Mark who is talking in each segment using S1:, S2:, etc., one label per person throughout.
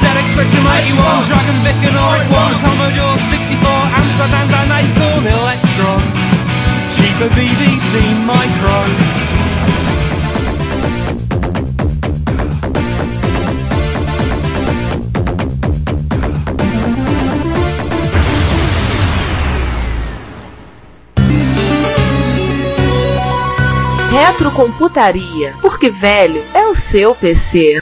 S1: ZX Spectrum 81, Dragon Vic and I 1, Commodore 64, Amsterdam and Acorn Electron, cheaper BBC Micro.
S2: Retrocomputaria, porque velho é o seu PC.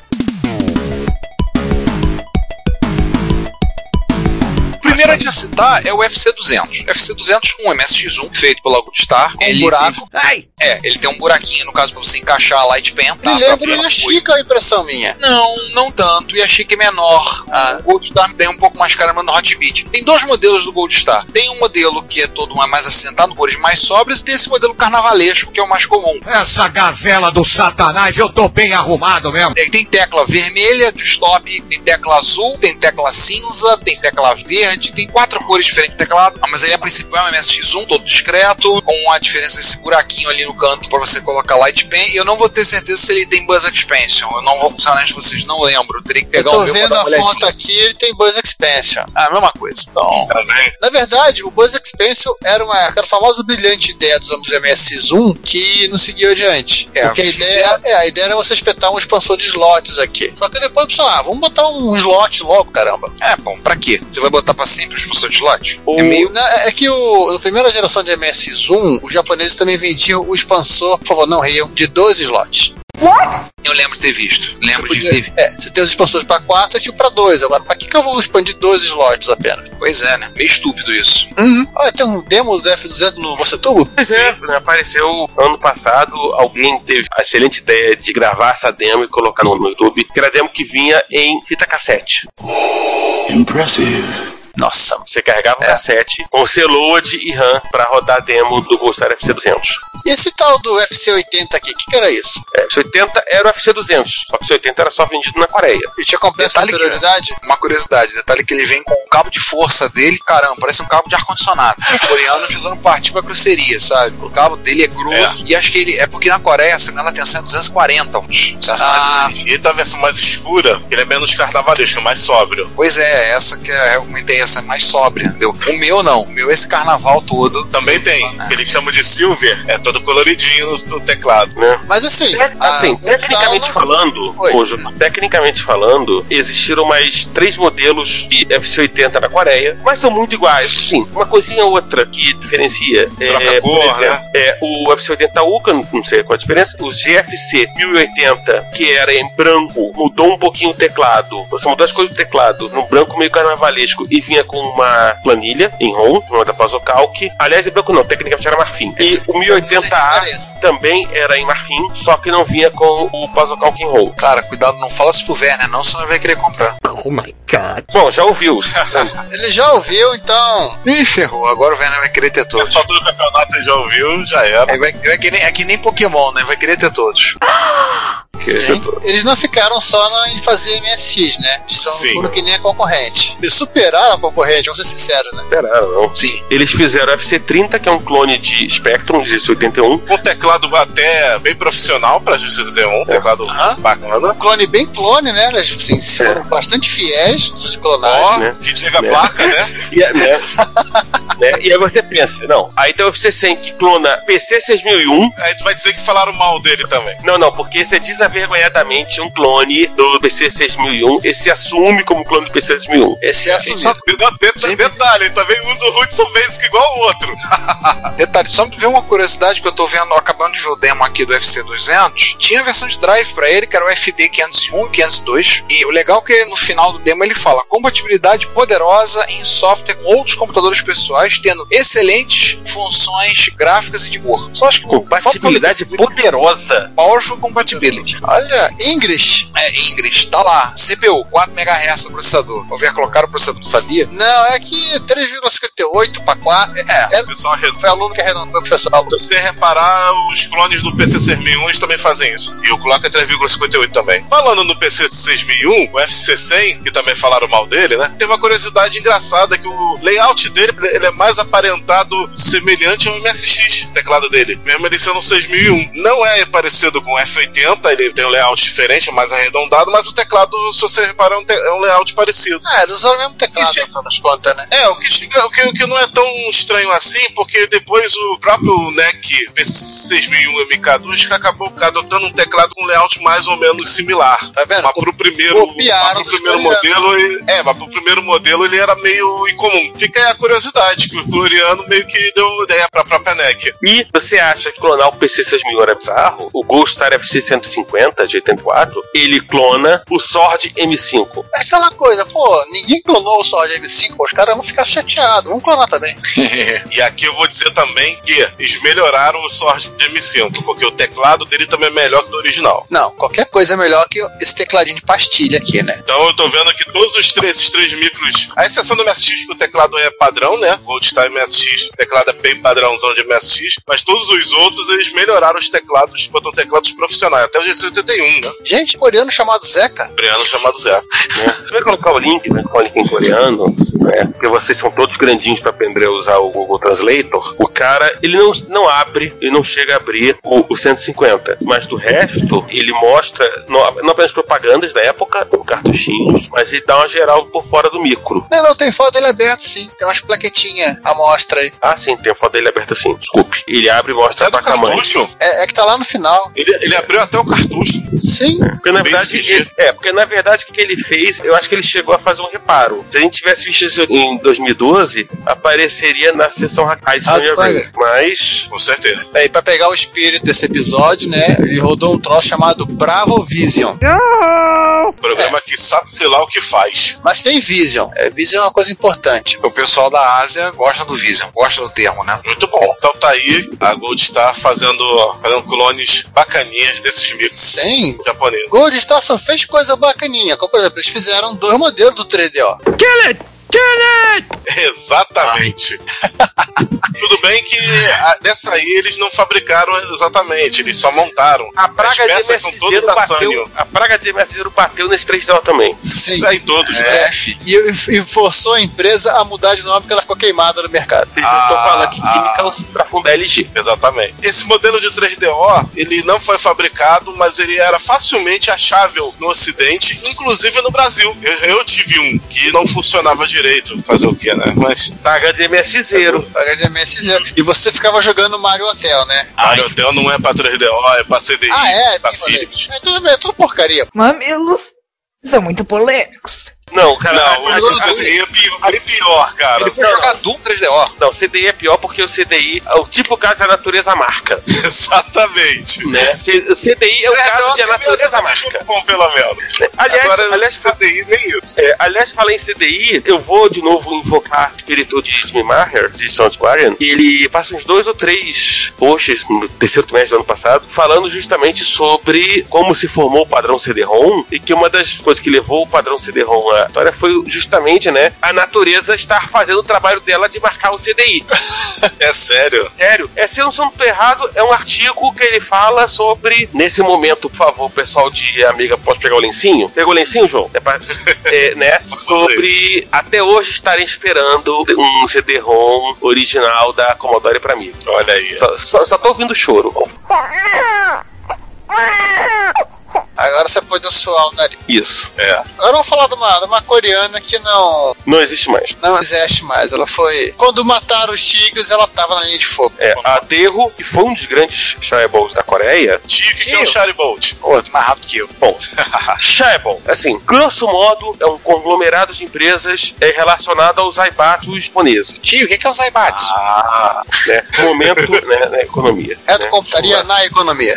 S3: primeiro a gente a citar é o FC200. FC200, um MSX1 feito pela Goodstar.
S4: Com um buraco.
S3: Ai! É, ele tem um buraquinho, no caso, pra você encaixar a Light Pen. Tá,
S4: Me lembra a Chica, a impressão minha.
S3: Não, não tanto. E a Chica é menor.
S4: Ah.
S3: O Gold Star tem um pouco mais cara, mas no Hot Beat. Tem dois modelos do Gold Star. Tem um modelo que é todo mais assentado, cores mais sóbrias, e tem esse modelo carnavalesco, que é o mais comum.
S5: Essa gazela do satanás, eu tô bem arrumado mesmo.
S3: É, Tem, tem tecla vermelha de stop, tem tecla azul, tem tecla cinza, tem tecla verde, tem quatro cores diferentes de teclado. Ah, mas ele a princípio é um MSX1 todo discreto, com a diferença desse buraquinho ali no canto para você colocar Light Pen. E eu não vou ter certeza se ele tem Buzz Expansion. Eu não vou funcionar se vocês não lembram. Eu Teria que
S4: Eu
S3: pegar
S4: tô
S3: o meu pra
S4: vendo
S3: dar
S4: a
S3: uma olhadinha.
S4: foto aqui, ele tem Buzz Expansion.
S3: Ah, mesma coisa. Então,
S4: Na verdade, o Buzz Expansion era uma aquela famosa brilhante ideia dos anos MSX1 que não seguiu adiante.
S3: É,
S4: Porque a ideia, é, a ideia era você espetar um expansor de slots aqui. Só que depois, pessoal, ah, vamos botar um slot logo, caramba.
S3: é bom, pra quê? Você vai botar pra sempre os professores de slot?
S4: O-
S3: É meio.
S4: na- é que o, na primeira geração de MSX1, os japoneses também vendiam o expansor, por favor, não riam, de 12 slots.
S3: Eu lembro de ter visto. Lembro de
S4: Podia-
S3: ter visto.
S4: é, você tem os expansores para 4 e tinha para 2. Agora, para que, que eu vou expandir 12 slots apenas?
S3: Pois é, né? Meio estúpido isso.
S4: Olha, tem um demo do F200 no você tubo?
S6: Pois é, né, apareceu ano passado, alguém teve a excelente ideia de gravar essa demo e colocar no no YouTube, que era a demo que vinha em fita cassete.
S4: Nossa,
S6: Você carregava o cassete com seu load e RAM pra rodar a demo do Goldstar FC200.
S4: e esse tal do FC80 aqui, o que, que era isso?
S6: É, FC80 era o FC200, só que o FC80 era só vendido na Coreia.
S4: Ele tinha complexo de
S3: Detalhe que-
S4: superioridade?
S3: Uma curiosidade, detalhe que ele vem com o cabo de força dele, caramba, parece um cabo de ar-condicionado. Os coreanos usando partir pra cruceria, sabe? O cabo dele é grosso e acho que ele. É porque na Coreia a segunda tensão é 240 volts. Essas
S7: Ah,
S3: análises-
S7: e tá a versão mais escura, ele é menos carnavalesco, é mais sóbrio.
S3: Pois é, essa que é realmente essa é mais sóbria, entendeu? O meu não, o meu é esse carnaval todo.
S7: Também tem, que eles chamam de Silver, é todo coloridinho no teclado.
S6: né?
S4: Mas assim, a-
S6: Assim,
S4: o tal
S6: tecnicamente
S4: não-
S6: falando,
S4: Oi.
S6: Cujo, tecnicamente falando, existiram mais três modelos de FC80 na Coreia, mas são muito iguais. Sim, uma coisinha ou outra que diferencia.
S7: Troca
S6: é,
S7: cor, né?
S6: por exemplo, é, o FC80U, que eu não- não sei qual a diferença, o GFC 1080, que era em branco, mudou um pouquinho o teclado. Você mudou as coisas do teclado, no branco meio carnavalesco, e vinha com uma planilha em ROM, uma da Pasocalc. Aliás, em branco não, tecnicamente era marfim. E o
S4: Não
S6: 1080A
S4: tem diferença.
S6: também era em marfim, só que não vinha com o puzzle Calking Roll.
S3: Cara, cuidado, não fala se puder, né? Não, você não vai querer comprar.
S6: Bom, já ouviu.
S4: Ele já ouviu, então.
S3: Ih, ferrou, agora o Werner vai querer ter
S7: O
S3: todos.
S7: pessoal do campeonato já ouviu, já era.
S3: É, vai- é que nem, é que nem Pokémon, né? Vai querer ter todos.
S4: Sim. Eles não ficaram só na- em fazer MSX, né? Eles só
S7: Sim.
S4: foram que nem a concorrente. Eles superaram a concorrente, vamos ser sinceros, né?
S6: Esperaram, não.
S3: Sim.
S6: Eles fizeram o FC30, que é um clone de Spectrum, de 81.
S7: Um teclado até bem profissional pra Justiça d um teclado
S4: Aham.
S7: bacana.
S4: Um clone bem clone, né? Eles assim, se
S6: É.
S4: foram bastante fiéis dos
S7: Ó,
S4: clonagens.
S6: né?
S7: que chega a
S6: Né?
S7: placa, né?
S6: E, é- né? Né? E aí você pensa, não, aí tem o FC100 que clona PC6001.
S7: Aí tu vai dizer que falaram mal dele também.
S6: Não, não, porque esse é desavergonhadamente um clone do PC6001. Esse assume como clone do PC6001.
S4: Esse é assumido.
S3: Tá
S7: E não, det-
S3: Sim.
S7: Detalhe, ele também usa o Hudson Basic igual o outro.
S3: Detalhe, só pra ver uma curiosidade que eu tô vendo, acabando de ver o demo aqui do FC200, tinha a versão de drive pra ele, que era o FD501 e 502, e o legal é que no final do demo ele fala compatibilidade poderosa em software com outros computadores pessoais mas tendo excelentes funções gráficas e de cor. Só acho que o
S6: Compatibilidade
S3: foco-
S6: poderosa.
S3: Powerful Compatibility.
S4: Olha, English.
S3: É, Ingress, tá lá. CPU, 4 MHz no processador. Overclockaram o processador, não sabia?
S4: Não, é que 3,58 para 4. É,
S3: É.
S4: é-
S7: Pessoal, re-
S4: foi aluno que arredondou, professor. Aluno.
S7: se você reparar, os clones do PC 6001 eles também fazem isso. E o clock é 3,58 também. Falando no PC 6001, o FC100, que também falaram mal dele, né? Tem uma curiosidade engraçada que o layout dele ele é mais aparentado semelhante ao MSX, teclado dele. Mesmo ele sendo um 6001. Não é parecido com o F80, ele tem um layout diferente, mais arredondado, mas o teclado, se você reparar, é um te- é um layout parecido.
S4: Ah, eles usaram o mesmo teclado,
S7: Ixi.
S4: no final das contas, né?
S7: É, o que, chega- o, que, o que não é tão estranho assim, porque depois o próprio NEC P6001 MK2 que acabou adotando um teclado com layout mais ou menos similar.
S4: Tá vendo?
S7: Mas pro primeiro,
S4: Copiaram
S7: mas pro
S4: dos
S7: primeiro
S4: coreanos.
S7: modelo, ele- é, mas pro primeiro modelo ele era meio incomum. Fica aí a curiosidade, que o coreano meio que deu ideia pra própria NEC.
S6: E você acha que clonar o PC 6000 era bizarro? O Goldstar FC150 de 84, ele clona o Sword M5.
S4: É aquela coisa, pô, ninguém clonou só de M5, os caras vão ficar chateados, vamos clonar também.
S7: E aqui eu vou dizer também que eles melhoraram o Sword M5, porque o teclado dele também é melhor que o do original.
S4: Não, qualquer coisa é melhor que esse tecladinho de pastilha aqui, né?
S7: Então eu tô vendo que todos os três, esses três micros, a exceção do MSX, que o teclado é padrão, né? Goldstar MSX, o teclado é bem padrãozão de MSX, mas todos os outros eles melhoraram os teclados, botam teclados profissionais, até o GC81, né?
S4: Gente, coreano chamado Zeca.
S7: Coreano chamado Zé.
S6: né? Você vai colocar o link, vai colocar o link em coreano, né? Porque vocês são todos grandinhos pra aprender a usar o Google Translator. O cara, ele não, não abre, ele não chega a abrir o, o 150. Mas do resto, ele mostra não, não apenas propagandas da época, com cartuchinhos, mas ele dá uma geral por fora do micro.
S4: né, Não, não, tem foto dele aberto sim, tem umas plaquetinhas à mostra aí.
S6: Ah, sim, tem a foto dele aberta assim, desculpe. Ele abre e mostra
S7: Até
S6: a
S7: do
S6: placa-mãe.
S7: cartucho,
S4: É, é que tá lá no final.
S7: ele, ele abriu até o cartucho.
S4: Sim.
S6: Porque na
S7: Bem
S6: verdade,
S7: exigido.
S6: ele- é, porque na verdade o que que ele fez, eu acho que ele chegou a fazer um reparo. Se a gente tivesse visto isso em 2012, apareceria na sessão Heisenberg.
S4: Heisenberg.
S6: Mas
S7: Com certeza.
S4: Aí, pra pegar o espírito desse episódio, né? Ele rodou um troço chamado Bravo Vision.
S7: Programa é que sabe sei lá o que faz.
S4: Mas tem Vision. É, Vision é uma coisa importante.
S3: O pessoal da Ásia gosta do Vision, gosta do termo, né?
S7: Muito bom. Então tá aí, a Goldstar fazendo, fazendo clones bacaninhas desses micros
S4: Sim.
S7: japoneses.
S4: Gold Star só fez coisa bacaninha. Como, por exemplo, eles fizeram dois modelos do 3DO.
S7: Exatamente. Tudo bem que a- dessa aí eles não fabricaram exatamente, eles só montaram.
S6: a praga
S7: As
S6: de
S7: peças são todas
S6: mensageiro
S7: da
S6: bateu,
S7: Sanyo.
S6: a praga de mensageiro bateu nesse 3DO também.
S4: Sim.
S7: Isso aí todos, né?
S3: É, fi.
S4: E, e forçou a empresa a mudar de nome porque ela ficou queimada no mercado.
S6: Vocês não
S7: Ah,
S6: estão falando que
S7: ah.
S6: química é um- pra fundar LG.
S7: Exatamente. Esse modelo de 3DO, ele não foi fabricado, mas ele era facilmente achável no Ocidente, inclusive no Brasil. Eu, eu tive um que não funcionava direito. Fazer o quê, né? Mas
S6: Praga de MSZero. Uhum.
S4: HDMS0. E você ficava jogando Mario Hotel, né?
S7: a Hotel não é pra 3DO, é pra CDI,
S4: Ah, é?
S7: pra
S4: Bem, falei.
S7: Philips.
S4: É tudo, é tudo porcaria.
S8: Mamilos são muito polêmicos.
S6: Não, cara. tá
S7: Não,
S6: a- a-
S7: o
S6: a-
S7: CDI é pior, bem pior, cara.
S3: Ele foi jogar Doom 3DO.
S6: não, CDI é pior porque o CDI, o tipo caso é a natureza marca.
S7: Exatamente.
S6: Né? O CDI é o caso de a natureza marca. né?
S7: Bom, pelo menos.
S6: Aliás,
S7: Agora,
S6: aliás, fa-
S7: CDI nem isso.
S6: é, aliás, falar em CDI, eu vou de novo invocar o espírito de Jimmy Maher, de Sound Aquarian. Ele passa uns dois ou três posts no terceiro trimestre do ano passado, falando justamente sobre como se formou o padrão CD-ROM e que uma das coisas que levou o padrão CD-ROM à história foi justamente, né, a natureza estar fazendo o trabalho dela de marcar o CDI.
S7: É sério.
S6: Sério, é se eu não sou errado, é um artigo que ele fala sobre. Nesse momento, por favor, pessoal de amiga, pode pegar o lencinho? Pegou o lencinho, João? É pra- é, né? Sobre até hoje estarem esperando um CD-ROM original da Commodore pra mim.
S7: Olha aí.
S6: Só, só, só tô ouvindo choro.
S4: Agora você pode suar o nariz.
S6: Isso.
S7: É.
S4: Agora eu vou falar de uma, de uma coreana que não,
S6: Não existe mais.
S4: não existe mais. Ela foi. Quando mataram os tigres, ela tava na linha de fogo.
S6: É, Aterro, que foi um dos grandes Shireballs da Coreia,
S7: Tigre que é o Charibolt.
S3: Pô, tô mais rápido que eu.
S6: Bom, Shaibon, assim, grosso modo, é um conglomerado de empresas é, relacionado aos aibatsu japoneses.
S3: Tio, o que é, que é o Zaibatsu?
S6: né? Momento né, na economia.
S4: Reto
S6: né?
S4: computaria na economia.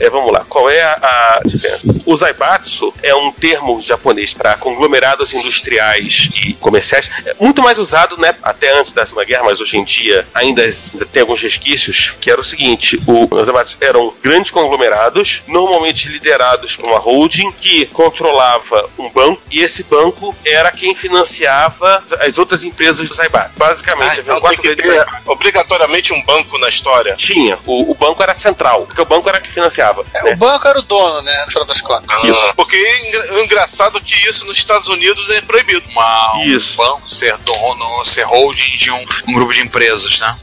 S6: É, vamos lá. Qual é a, a diferença? O zaibatsu é um termo japonês para conglomerados industriais e comerciais. É muito mais usado, né? Até antes da Segunda Guerra, mas hoje em dia ainda ainda tem alguns resquícios. Que era o seguinte: o, os zaibatsu eram grandes conglomerados, normalmente liderados por uma holding que controlava um banco e esse banco era quem financiava as outras empresas do zaibatsu. Basicamente,
S7: Ah,
S6: havia
S7: então tem
S6: quatro
S7: que
S6: grandes
S7: ter obrigatoriamente um banco na história.
S6: tinha. O, o banco era central, porque o banco era que financiava.
S4: É,
S6: né?
S4: O banco era o dono, né? No final das contas.
S6: Isso.
S7: Porque é engra- engraçado que isso nos Estados Unidos é proibido.
S3: Uma, um
S6: Isso.
S3: banco ser dono, ser holding de um, um grupo de empresas, né?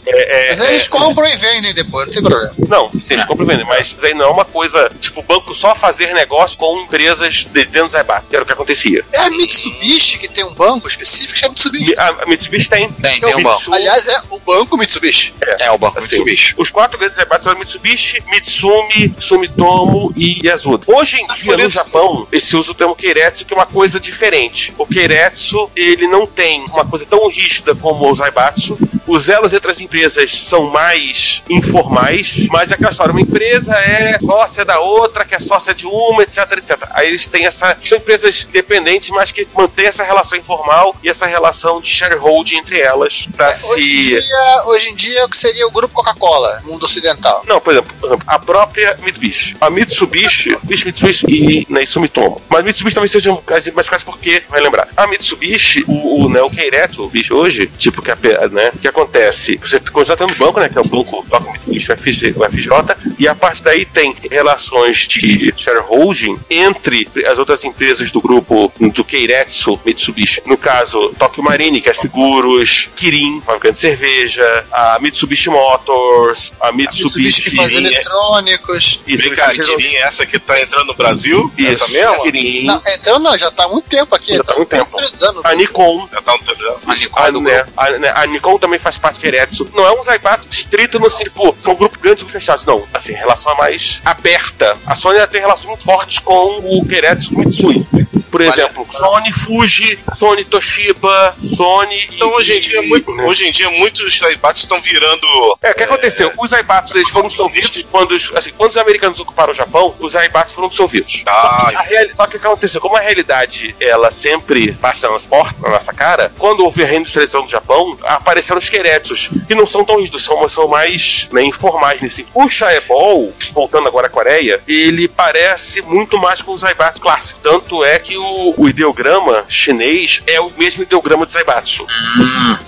S6: Sim. É, é,
S4: Mas eles
S6: é,
S4: compram e vendem depois, não tem problema.
S6: não, vocês compram e vendem, mas isso aí não é uma coisa, tipo, o banco só fazer negócio com empresas de dentro do Zaibat, que era o que acontecia.
S4: É a Mitsubishi que tem um banco específico chamado Mitsubishi.
S6: Mi- A, a Mitsubishi tem.
S3: Tem, tem um banco.
S6: Mitsu-
S4: Aliás, é o banco Mitsubishi.
S3: É o banco
S6: Assim,
S3: Mitsubishi.
S6: Os quatro grandes rebates eram Mitsubishi, Mitsumi, Sumitomo e Yasuda. Hoje em dia,
S7: Ah, por
S6: no
S7: isso-
S6: Japão, se usa o termo Keiretsu, que é uma coisa diferente. O Keiretsu, ele não tem uma coisa tão rígida como o Zaibatsu. Os elos entre as empresas são mais informais, mas é aquela história, uma empresa é sócia da outra, que é sócia de uma, etc, etc. Aí eles têm essa... São empresas independentes, mas que mantêm essa relação informal e essa relação de shareholding entre elas para se...
S4: É, Hoje em, dia, hoje em dia, o que seria o grupo Coca-Cola, mundo ocidental.
S6: Não, por exemplo, por exemplo, a própria Mitsubishi. A Mitsubishi, Mitsubishi, Mitsubishi e, né, e Sumitomo. Mas Mitsubishi talvez seja um caso mais fácil porque, vai lembrar, a Mitsubishi, o, o, né, o Keiretsu, o bicho hoje, tipo, que, a, pe- né, que acontece, você continua tendo banco, né, que é o banco, o banco Mitsubishi, o FG, o FJ, e a partir daí tem relações de shareholding entre as outras empresas do grupo do Keiretsu Mitsubishi. No caso, Tokyo Marine, que é seguros, Kirin, fabricante de cerveja, a Mitsubishi Motors, a
S4: Mitsubishi que faz
S6: Kirin, é-
S4: eletrônicos.
S6: isso,
S7: né? Vem cá, Kirin, essa que tá entrando no Brasil?
S6: Isso,
S7: Essa mesma?
S6: Kirin.
S4: Não, então não, já tá há muito tempo aqui.
S6: Já tá há muito
S4: quase
S6: tempo.
S4: três anos.
S6: A Nikon.
S7: Já tá entrando.
S3: A Nikon
S6: A,
S3: do
S6: né,
S3: grupo.
S6: a, né, a Nikon também faz parte direto. Não é um Zaibatsu estrito no assim, pô, são um grupo grande, grupo fechado. Não, assim, a relação é mais aberta. A Sony ela tem relação muito forte com o Keretsu Mitsui. Por exemplo, Sony Fuji, Sony Toshiba, Sony. né,
S7: Então hoje em dia, muito, hoje em dia muitos Zaibatsu estão virando.
S6: É, o que aconteceu? Os Zaibatsu eles foram dissolvidos quando os, assim, quando os americanos ocuparam o Japão, os Zaibatsu foram dissolvidos.
S7: Ah,
S6: A reali- Só que o que aconteceu? Como a realidade ela sempre passa nas portas, na nossa cara, quando houve a reindustrialização do Japão, apareceram os queretos, que não são tão rígidos, são, são mais né, informais nesse. O Shaebol, voltando agora à Coreia, ele parece muito mais com o Zaibatsu clássico. Tanto é que o, o ideograma chinês é o mesmo ideograma de Zaibatsu.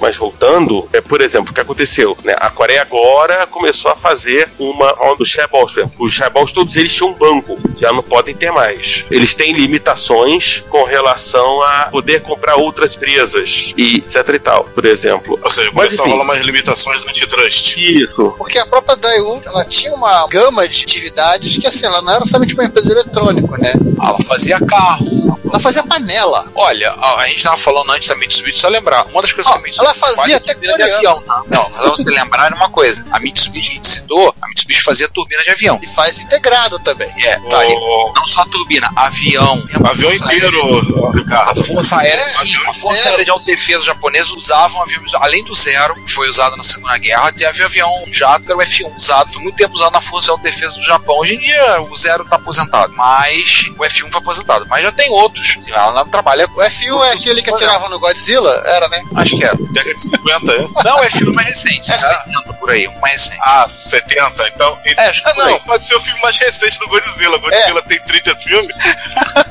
S6: Mas voltando, é, por exemplo, o que aconteceu? né? A Coreia agora começou a fazer uma onda dos Shareballs. por exemplo. Os Shareballs, todos eles tinham um banco, já não podem ter mais. Eles têm limitações com relação a poder comprar outras empresas e etc e tal, por exemplo.
S7: Ou seja,
S6: Mas,
S7: começou a
S6: enfim.
S7: rolar umas limitações antitrust.
S6: Isso.
S4: Porque a própria Daewoo, ela tinha uma gama de atividades que, assim, ela não era somente uma empresa de eletrônico, né?
S3: Ah, Ela fazia carro.
S4: Ela fazia panela.
S3: Olha, a, a gente tava falando antes da Mitsubishi, só lembrar, uma das coisas
S4: Ó,
S3: que a Mitsubishi
S4: ela fazia
S3: faz é
S4: até
S3: turbina de
S4: coreano.
S3: avião, tá? Não, mas você lembrar era uma coisa. A Mitsubishi ensinou, a Mitsubishi fazia turbina de avião.
S4: E faz integrado também.
S3: É, tá ali.
S7: O
S3: Não só a turbina, avião.
S7: avião
S3: Força
S7: inteiro,
S3: A
S7: Ricardo.
S3: Força Aérea, sim,
S7: avião
S3: a Força
S4: inteiro.
S3: Aérea de Autodefesa japonesa usava um avião, além do zero, que foi usado na Segunda Guerra, teve avião jato, que era o F1, usado, foi muito tempo usado na Força de Autodefesa do Japão. Hoje em dia, o zero tá aposentado, mas o F1 foi aposentado. Mas já tem outros, lá na trabalha,
S4: O F1 é aquele que atiravam no Godzilla? Era, né?
S3: acho que era.
S7: Década de 50, hein?
S3: Não, o F1 é mais recente,
S4: É
S3: é
S4: sim.
S3: 70 por aí, um mais recente.
S7: Ah, 70, então. e-
S3: É, acho que
S7: Ah,
S3: por
S7: não,
S3: aí.
S7: pode ser o filme mais recente do Godzilla. Godzilla tem 30 filmes.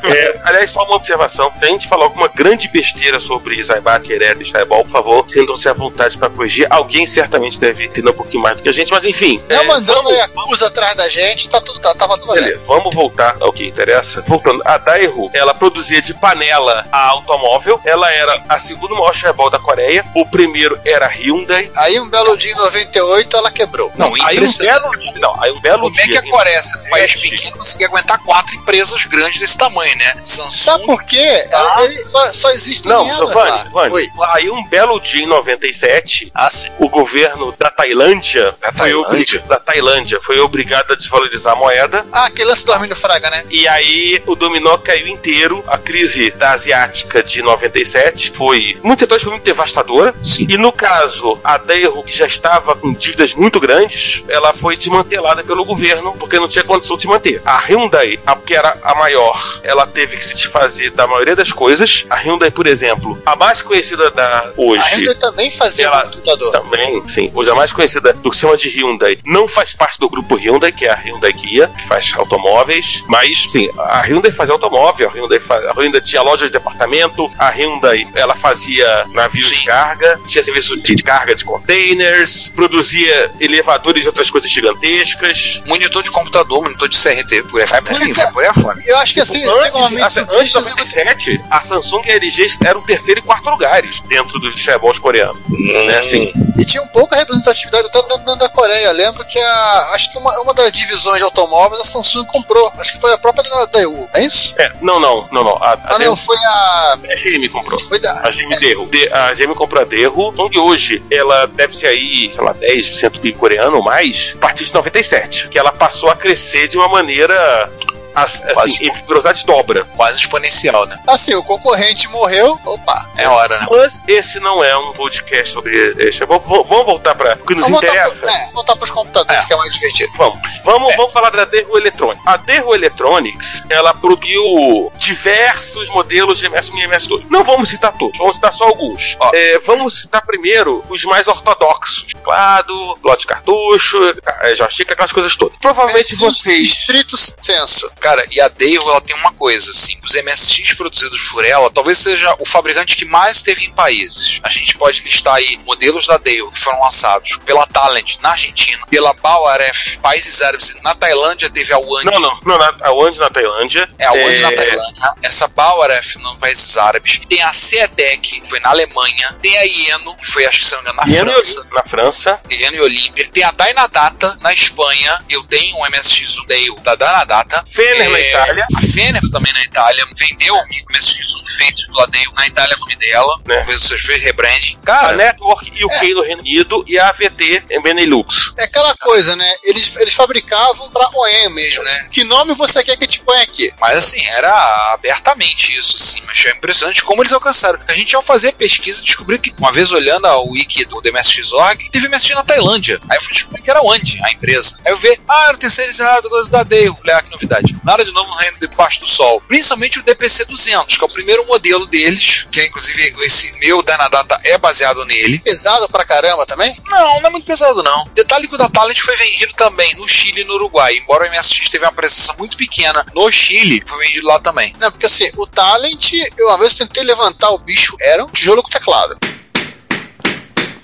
S6: É, aliás, só uma observação. Se a gente falar alguma grande besteira sobre Zaibat, Ereto e Shaebol, por favor, sintam-se à vontade para corrigir. Alguém certamente deve entender um pouquinho mais do que a gente, mas enfim.
S4: Não
S6: é,
S4: mandando a Yakuza atrás da gente, tá tudo, tá, tava tudo ali.
S6: Beleza, vamos voltar ao que interessa. Voltando, a Daewoo, ela produzia de panela a automóvel, ela era a segunda maior shareball da Coreia, o primeiro era Hyundai.
S4: Aí um belo dia em 98 ela quebrou.
S3: Não,
S6: aí um
S3: impressionante.
S6: belo dia, não, aí um belo
S3: Como
S6: dia.
S3: é que a
S6: em-
S3: Coreia, sendo um país
S6: É,
S3: pequeno, conseguia aguentar quatro empresas grandes desse tamanho, né?
S4: Sabe
S3: Samsung,
S4: por quê? Ela- ele- só, só existe
S6: Tá. Não,
S4: ela.
S6: Giovanni, Giovanni,
S4: Oi.
S6: aí um belo dia em 97,
S4: Ah,
S3: assim,
S4: sim.
S6: o governo da Tailândia,
S7: Da
S6: foi obri-
S7: Tailândia?
S6: da Tailândia foi obrigado a desvalorizar a moeda
S4: Ah, aquele lance do Armindo Fraga, né?
S6: E aí o dominó caiu inteiro. A crise da asiática de 97 foi, muitos setores foi muito devastadora.
S3: Sim.
S6: E no caso, a Daewoo, que já estava com dívidas muito grandes, ela foi desmantelada pelo governo porque não tinha condição de manter. A Hyundai, a que era a maior, ela teve que se desfazer da maioria das coisas. A Hyundai, por exemplo, a mais conhecida da hoje.
S4: A Hyundai também fazia
S6: Ela- tá-
S4: computador.
S6: Também, sim. Hoje a mais conhecida do que se chama de Hyundai não faz parte do grupo Hyundai, que é a Hyundai Kia, que faz automóveis. Mas, sim, a Hyundai fazia automóvel, a Hyundai, fa- a Hyundai tinha loja de departamento, a Hyundai ela fazia navios de
S3: Sim.
S6: carga, tinha serviço de de carga de containers, produzia elevadores e outras coisas gigantescas.
S3: Monitor de computador, monitor de CRT, por aí vai, por aí vai, por aí afora.
S4: Eu acho que assim,
S6: Tipo, antes,
S4: seguramente
S6: de- antes da
S4: humanistas, eu-
S6: 97, a Samsung e a LG eram terceiro e quarto lugares dentro dos cheirebols coreanos. Né? Assim,
S4: E tinha um pouca representatividade até dentro dentro da Coreia. Eu lembro que a. Acho que uma, uma das divisões de automóveis a Samsung comprou. Acho que foi a própria da, da EU, é isso?
S6: é, não, não, não, não. A, a
S4: Ah, não, foi a.
S6: a GM comprou.
S4: Foi da.
S6: A GM Derro. De- a GM comprou a Derro, onde hoje ela deve ser aí, sei lá, 10% do PIB coreano ou mais, a partir de 97. Que ela passou a crescer de uma maneira. as- Assim,
S3: Quase.
S6: em velocidade dobra.
S3: Quase exponencial, né?
S4: Assim, o concorrente morreu. Opa!
S3: É hora, né?
S6: Mas esse não é um podcast sobre. eh, Xabol. V- Vamos voltar para o que nos
S4: Vamos voltar,
S6: interessa.
S4: pro, é, voltar pros computadores, que é mais divertido.
S6: Vamos, vamos,
S3: É.
S6: vamos falar da Derro Electronics. A Derro Electronics, ela produziu diversos modelos de MS1 e MS2. Não vamos citar todos, vamos citar só alguns.
S3: Ó.
S6: É, vamos citar primeiro os mais ortodoxos. Teclado, lote de cartucho, é, joystick, aquelas coisas todas. Provavelmente
S4: Mas,
S6: vocês...
S4: Estrito senso.
S3: Cara, e a Deivo, ela tem uma coisa, assim, os MSX produzidos por ela, talvez seja o fabricante que mais teve em países. A gente pode listar aí modelos da Deivo que foram lançados pela Talent na Argentina, pela Bauaref, países árabes, na Tailândia teve a Wand.
S6: Não, não, não, na, a Wand na Tailândia.
S3: É a Wand na Tailândia, essa Bauaref nos países árabes, tem a CETEC, que foi na Alemanha, tem a Ieno, que foi, acho que se não me engano, na
S6: Viena e
S3: França.
S6: Olímpia, Na França.
S3: Ieno e Olímpia. Tem a Dynadata na Espanha. Eu tenho um MSX1 Dale da Dynadata.
S6: Fener na
S3: É,
S6: Itália.
S3: A Fener também na Itália vendeu o MSX1 feito pela Dale na Itália, o nome dela.
S6: Né.
S3: Talvez vocês É, vejam rebranding.
S6: A
S3: Cara,
S6: Network UK no Reino Unido e a AVT em Benelux.
S4: É aquela coisa, né? Eles, eles fabricavam pra OEM mesmo, né? Que nome você quer que eu te ponha aqui?
S3: mas assim, era abertamente isso, assim. Mas é impressionante como eles alcançaram. A gente, ao fazer pesquisa, descobriu que, uma vez olhando a wiki do The MSX.org, teve MSX na Tailândia. Aí eu fui descobrir que era onde a empresa. Aí eu vi, ah, era o terceirizado, coisa da Dale. Falei, ah, que novidade. Nada de novo no reino debaixo do sol. Principalmente o DPC 200, que é o primeiro modelo deles, que é, inclusive esse meu Dynadata é baseado nele.
S4: Pesado pra caramba também?
S3: Não, não é muito pesado, não. Detalhe que o da Talent foi vendido também no Chile e no Uruguai. Embora o MSX teve uma presença muito pequena no Chile, foi vendido lá também.
S4: Não, porque assim, o Talent, eu uma vez tentei levantar o bicho, era um tijolo com teclado.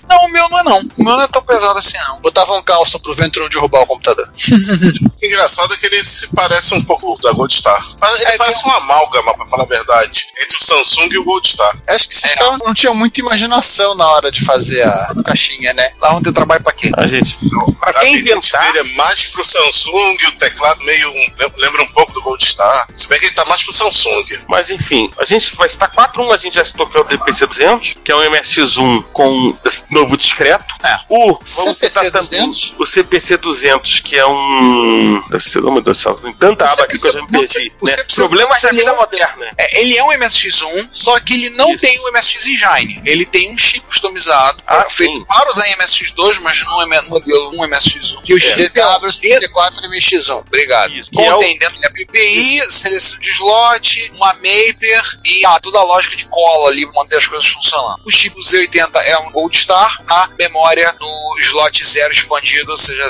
S3: Não, o meu não é não. O meu não é tão pesado assim, não.
S4: Botava um calço pro Ventrum derrubar o computador.
S7: Engraçado é que ele se parece um pouco da Goldstar. Ele
S3: É,
S7: parece
S3: tem
S7: uma amálgama, pra falar a verdade, entre o Samsung e o Goldstar.
S4: Acho que esses
S3: É.
S4: caras não tinham muita imaginação na hora de fazer a caixinha, né?
S3: Lá vão ter trabalho pra quê?
S6: A gente. Pra
S7: a
S6: quem
S7: brilhante
S6: inventar.
S7: dele é mais pro Samsung, o teclado meio um- lembra um pouco do Goldstar. Se bem que ele tá mais pro Samsung.
S6: Mas enfim, a gente vai citar 4 1 a gente já citou que é o DPC 200, que é um MSX1 com esse novo discreto.
S3: É.
S6: O
S4: CPC
S6: citar também
S4: 200?
S6: o CPC 200, que é um, deve ser, oh meu Deus do céu, tem tanta
S3: O
S6: aba aqui que eu já me perdi.
S3: o
S6: né?
S3: CPC
S6: Problemas da vida
S3: é um-
S6: moderna.
S3: É, ele é um MSX1, só que ele não
S6: Isso.
S3: tem o MSX Engine. Ele tem um chip customizado,
S6: Ah,
S3: feito
S6: sim.
S3: para usar em MSX2, mas não é me- modelo 1 MSX1.
S6: É.
S4: É,
S3: Que um. o chip
S4: DW54MX1.
S3: Obrigado.
S6: Isso, que é o-
S3: Contém dentro da PPI, seleção de slot, uma Maper e ah, toda a lógica de cola ali, manter as coisas funcionando. O chip Z80 é um Gold Star, a memória no slot 0 expandido, ou seja,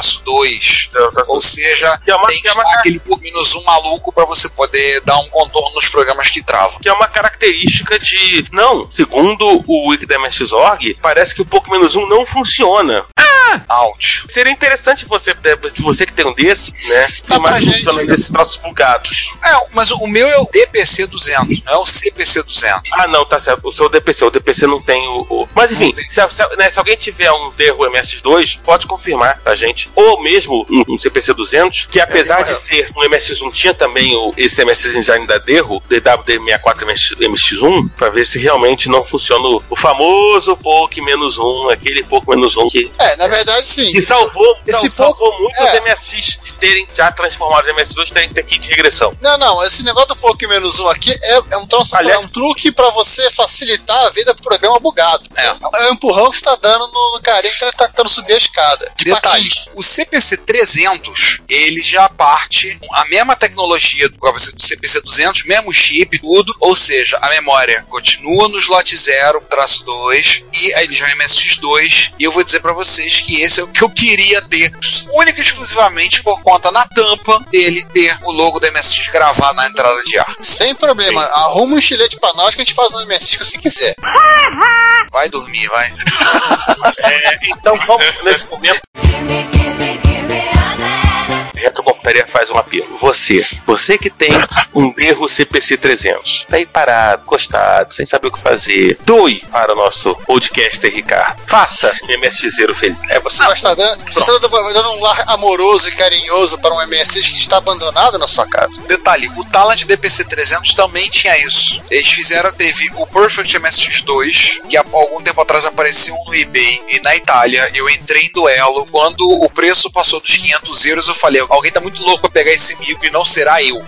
S3: 0-2. Ou seja,
S6: Que é uma-
S3: tem
S6: que
S3: que
S6: é uma
S3: estar aquele por menos um maluco para você poder dar um contorno nos programas que travam.
S6: Que é uma característica de. Não, segundo o Wiki da MSX.org, parece que o Poco Menos 1 não funciona.
S3: Out.
S6: Seria interessante você, você que tem um desses, né?
S4: Dá pra
S6: mais
S4: gente. né?
S6: funcionando desses troços bugados.
S3: É, mas o meu é o DPC 200, não é o CPC 200.
S6: Ah, não, tá certo. O seu DPC. O DPC não tem o. o- Mas enfim,
S3: Não tem.
S6: se, se- né, se alguém tiver um Derro MS2, pode confirmar pra gente. Ou mesmo um, um CPC 200, que apesar de
S4: igual.
S6: ser um MS1, tinha também o, esse MS Design da Derro, DWD64 MX, MX1, pra ver se realmente não funciona o, o famoso POC-1, aquele POC-1 que.
S4: É, na verdade, sim.
S6: Que salvou,
S4: Esse
S6: sal- salvou muito
S4: é.
S6: os MSX de terem já transformado os MSX2 terem que ter kit de regressão.
S4: Não, não, esse negócio do pouco menos um aqui é, é um, troço-
S6: Aliás-
S4: é um truque pra você facilitar a vida pro programa bugado.
S3: É.
S4: um empurrão que você tá dando no, no carinha que tá tentando subir a escada. De
S3: Detalhe,
S4: patins.
S3: Tipo assim, o CPC 300, ele já parte com a mesma tecnologia do CPC 200, mesmo chip, tudo, ou seja, a memória continua no slot 0, traço 2, e aí ele já é MSX2, e eu vou dizer pra vocês que esse é o que eu queria ter, única e exclusivamente por conta na tampa dele ter o logo da MSX gravado na entrada de ar.
S4: Sem problema, arruma um estilete pra nós que a gente faz um MSX que você quiser.
S3: Vai dormir, vai.
S6: É, então vamos nesse momento. Retrocomputaria faz um apelo. Você, você que tem um berro CPC 300, tá aí parado, encostado, sem saber o que fazer, doe para o nosso podcaster Ricardo. Faça um MSX0 feliz.
S4: É,
S3: Ah,
S4: você vai estar dando, você tá dando, dando um lar amoroso e carinhoso para um MSX que está abandonado na sua casa.
S3: Detalhe, o Talent DPC 300 também tinha isso. Eles fizeram, teve o Perfect MSX2, que há algum tempo atrás apareceu no eBay e na Itália. Eu entrei em duelo. Quando o preço passou dos 500 euros, eu falei: alguém tá muito louco pra pegar esse mico e não será eu.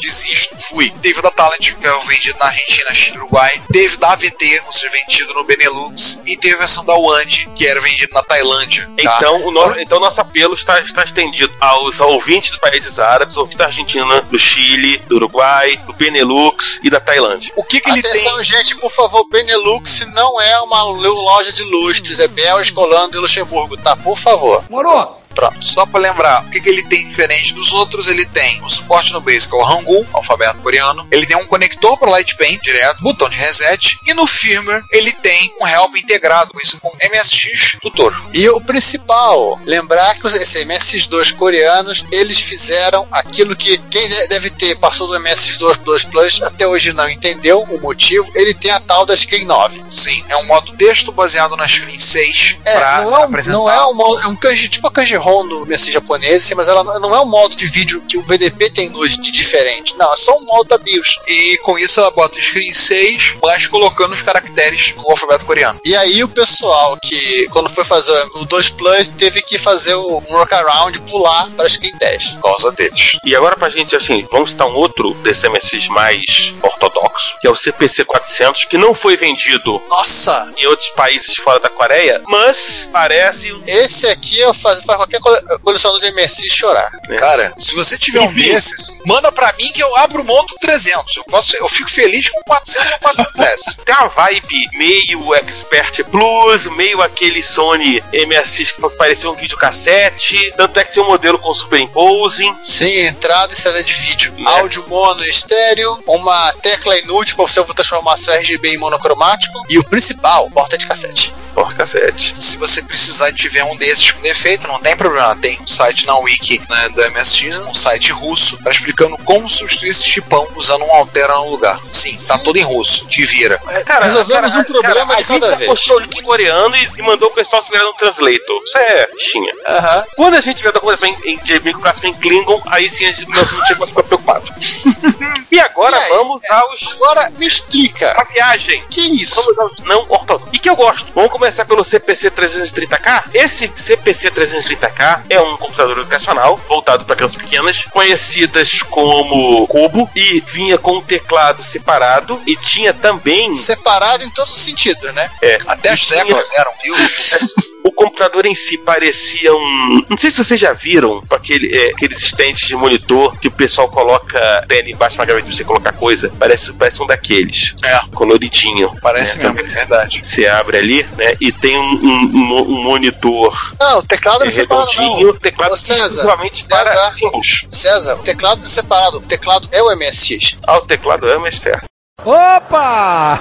S3: Desisto, fui. Teve o da Talent, que é vendido na Argentina, Chile, Uruguai. Teve o da AVT, ou seja, um vendido no Benelux. E teve a versão da Wand, que era vendido na Tailândia. tá?
S6: Então, o no- então nosso apelo está, está estendido aos ouvintes dos países árabes, ouvintes da Argentina, do Chile, do Uruguai, do Benelux e da Tailândia.
S3: O que, que ele tem?
S4: Atenção, gente, por favor, Benelux não é uma loja de lustres, é Bélgica, Holanda e Luxemburgo, tá? Por favor.
S8: Morou?
S3: Pronto, só pra lembrar, o que, que ele tem diferente dos outros? Ele tem um suporte no Basic ao Hangul, alfabeto coreano. Ele tem um conector pro Lightpen direto, botão de reset. E no firmware, ele tem um help integrado com isso, com MSX Tutor.
S4: E o principal, lembrar que os esse MSX2 coreanos, eles fizeram aquilo que quem de- deve ter passou do MSX2 pro 2 Plus até hoje não entendeu o motivo. Ele tem a tal da Screen 9.
S3: Sim, é um modo texto baseado na Screen 6
S4: É,
S3: pra
S4: não é um,
S3: apresentar.
S4: não é um modo, é um kanji, tipo a kanji ROM do MSX japonês, assim, mas ela não não é um modo de vídeo que o VDP tem luz de diferente. Não, é só um modo da BIOS.
S3: E com isso ela bota Screen 6, mas colocando os caracteres do alfabeto coreano.
S4: E aí o pessoal que, quando foi fazer o 2 Plus, teve que fazer o workaround, pular para Screen 10.
S3: Por causa deles.
S6: E agora pra gente, assim, vamos citar um outro desse MSX mais ortodoxo, que é o CPC 400, que não foi vendido
S4: Nossa,
S6: em outros países fora da Coreia, mas parece um...
S4: Esse aqui eu faz, faz qualquer cole- colecionador de MSI chorar.
S6: É.
S3: Cara, Né? se você tiver um
S6: Enfim.
S3: desses, manda pra mim que eu abro mão do 300. Eu, faço, eu fico feliz com 400 ou 410.
S6: Tem uma vibe meio Expert Plus, meio aquele Sony MSX que parecia um videocassete, tanto é que tinha um modelo com superimposing,
S4: Sem entrada e saída de vídeo.
S6: É.
S4: Áudio mono e estéreo. Uma tecla inútil pra você transformar seu RGB em monocromático. E o principal, porta de cassete.
S6: porta-cassete.
S3: Se você precisar e tiver um desses com defeito, não tem problema. Tem um site na Wiki né, da MSX, um site russo, tá explicando como substituir esse chipão usando um altera no lugar. Sim, É, tá todo em russo. Te vira.
S6: Cara,
S4: Resolvemos um problema de
S6: a gente
S4: cada
S6: já
S4: vez.
S6: postou o link em coreano e, e mandou o pessoal segurar no translator. Isso é xinha.
S4: Aham.
S6: Quando a gente tiver da conversa em, em JB com classe em Klingon, aí sim a gente, nós não tínhamos ficar preocupado. e agora
S4: E aí? É.
S6: vamos aos
S4: Agora me explica.
S6: a viagem.
S4: Que é isso?
S6: Vamos aos não ortodoxos. E que eu gosto. Vamos começar pelo CPC 330K. Esse CPC 330K é um computador educacional voltado para crianças pequenas, conhecidas como Cubo, e vinha com um teclado separado e tinha também
S4: Separado em todos os sentidos, né?
S3: Até as teclas eram, viu?
S6: O computador em si parecia um. Não sei se vocês já viram aquele, é, aqueles stands de monitor que o pessoal coloca tênis embaixo pra gaveta pra você colocar coisa. Parece, parece um daqueles.
S3: É.
S6: Coloridinho.
S3: Parece
S6: né?
S3: mesmo, é verdade.
S6: Você abre ali, né? E tem um, um- um mo- um monitor
S4: Não, o teclado não é separado não.
S6: redondinho, teclado
S4: Ô, César,
S6: exclusivamente para assim,
S4: César.
S6: símbolos.
S4: César, o teclado não é separado. O teclado é o MSX.
S6: Ah, o teclado ama, é certo.
S9: Opa!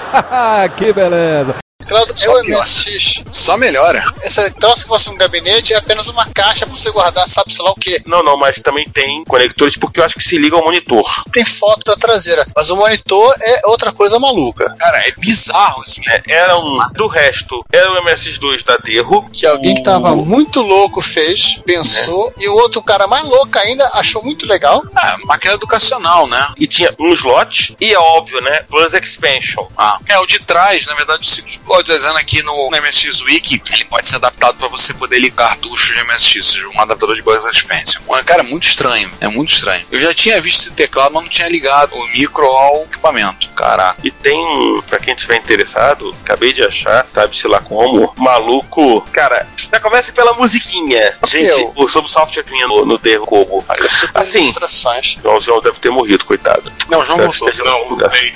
S9: que beleza!
S4: Claro, é
S3: Só
S4: o
S3: pior.
S4: MSX.
S3: Só melhora.
S4: Essa troço que você um gabinete é apenas uma caixa pra você guardar, sabe, sei lá o quê.
S6: Não, não, mas também tem conectores porque eu acho que se liga ao monitor.
S4: Tem foto da traseira. Mas o monitor é outra coisa maluca.
S3: Cara, é bizarro isso.
S6: É, era um. Do resto, era o MS2 da Derro.
S4: Que é alguém que tava muito louco fez, pensou, e o outro cara mais louco ainda achou muito legal.
S3: Ah, máquina educacional, né?
S6: E tinha um slot. E é óbvio, né? Plus Expansion.
S3: Ah, é, o de trás, na verdade, o ciclo de ó, dizendo aqui no, no MSX Wiki, ele pode ser adaptado para você poder ligar cartuchos de MSX, ou seja, um adaptador de Box Expansion. Ué, Cara, é muito estranho, é muito estranho. Eu já tinha visto esse teclado, mas não tinha ligado o micro ao equipamento. Caraca.
S6: E tem, pra quem estiver interessado, acabei de achar, sabe-se lá como, maluco. Cara, já começa pela musiquinha. Gente,
S4: Eu.
S6: o Subsoftware vinha no, no Derro Combo.
S4: Super
S6: Assim,
S4: ilustrações.
S6: João João deve ter morrido, coitado.
S3: tá Não, João
S6: Deve
S3: voltou.
S6: ter- um
S7: Não, o Ney.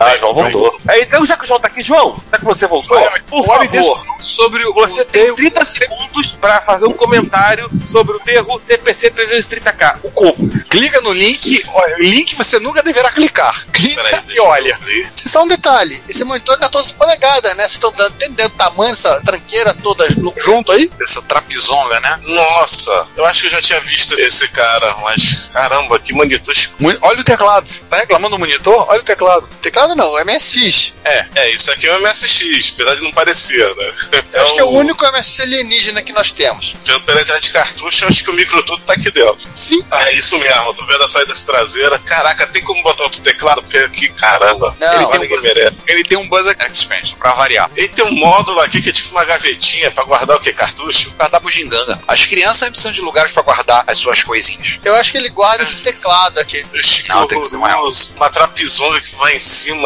S6: Ah, João voltou. Aí, então, já que o João tá aqui, João, já que você voltou,
S3: Olha,
S6: por
S3: olha
S6: favor,
S3: desse- sobre o.
S6: você tem
S3: o-
S6: 30 segundos pra fazer um comentário sobre o Derro CPC 330K, o combo.
S3: Clica no link, olha, o link você nunca deverá clicar. Clica
S7: Peraí, deixa
S3: e
S7: eu
S3: olha.
S7: abrir.
S4: Só um detalhe, esse monitor é 14 polegadas, né? Vocês estão dando- entendendo o tamanho dessa tranqueira toda ju- junto aí?
S3: Essa trapizonga, né?
S7: Nossa, eu acho que eu já tinha visto esse cara, mas caramba, que monitor. escuro.
S3: Mu- Olha o teclado. Tá reclamando do monitor? Olha o teclado.
S4: Teclado não, é MSX.
S7: É, isso aqui é um MSX, apesar de não parecer, né?
S4: Eu acho que é o único MSX alienígena que nós temos.
S7: Vendo pela entrada de cartucho, eu acho que o micro tudo tá aqui dentro.
S4: Sim.
S7: Ah, é isso mesmo, tô vendo a saída traseira. Caraca, tem como botar outro teclado? Porque aqui, caramba,
S4: Não,
S7: ele
S4: olha
S7: tem ninguém
S3: que-
S7: merece.
S3: um Ele tem um Buzz Expansion, pra variar.
S7: Ele tem um módulo aqui que é tipo uma gavetinha pra guardar o que? Cartucho?
S3: Guardar bugiganga. As crianças sempre precisam de lugares pra guardar as suas coisinhas.
S4: Eu acho que ele guarda esse teclado aqui.
S7: Eu acho que
S3: Não, tem que ser uma-
S7: horroroso. uma trapizonga que vai em cima,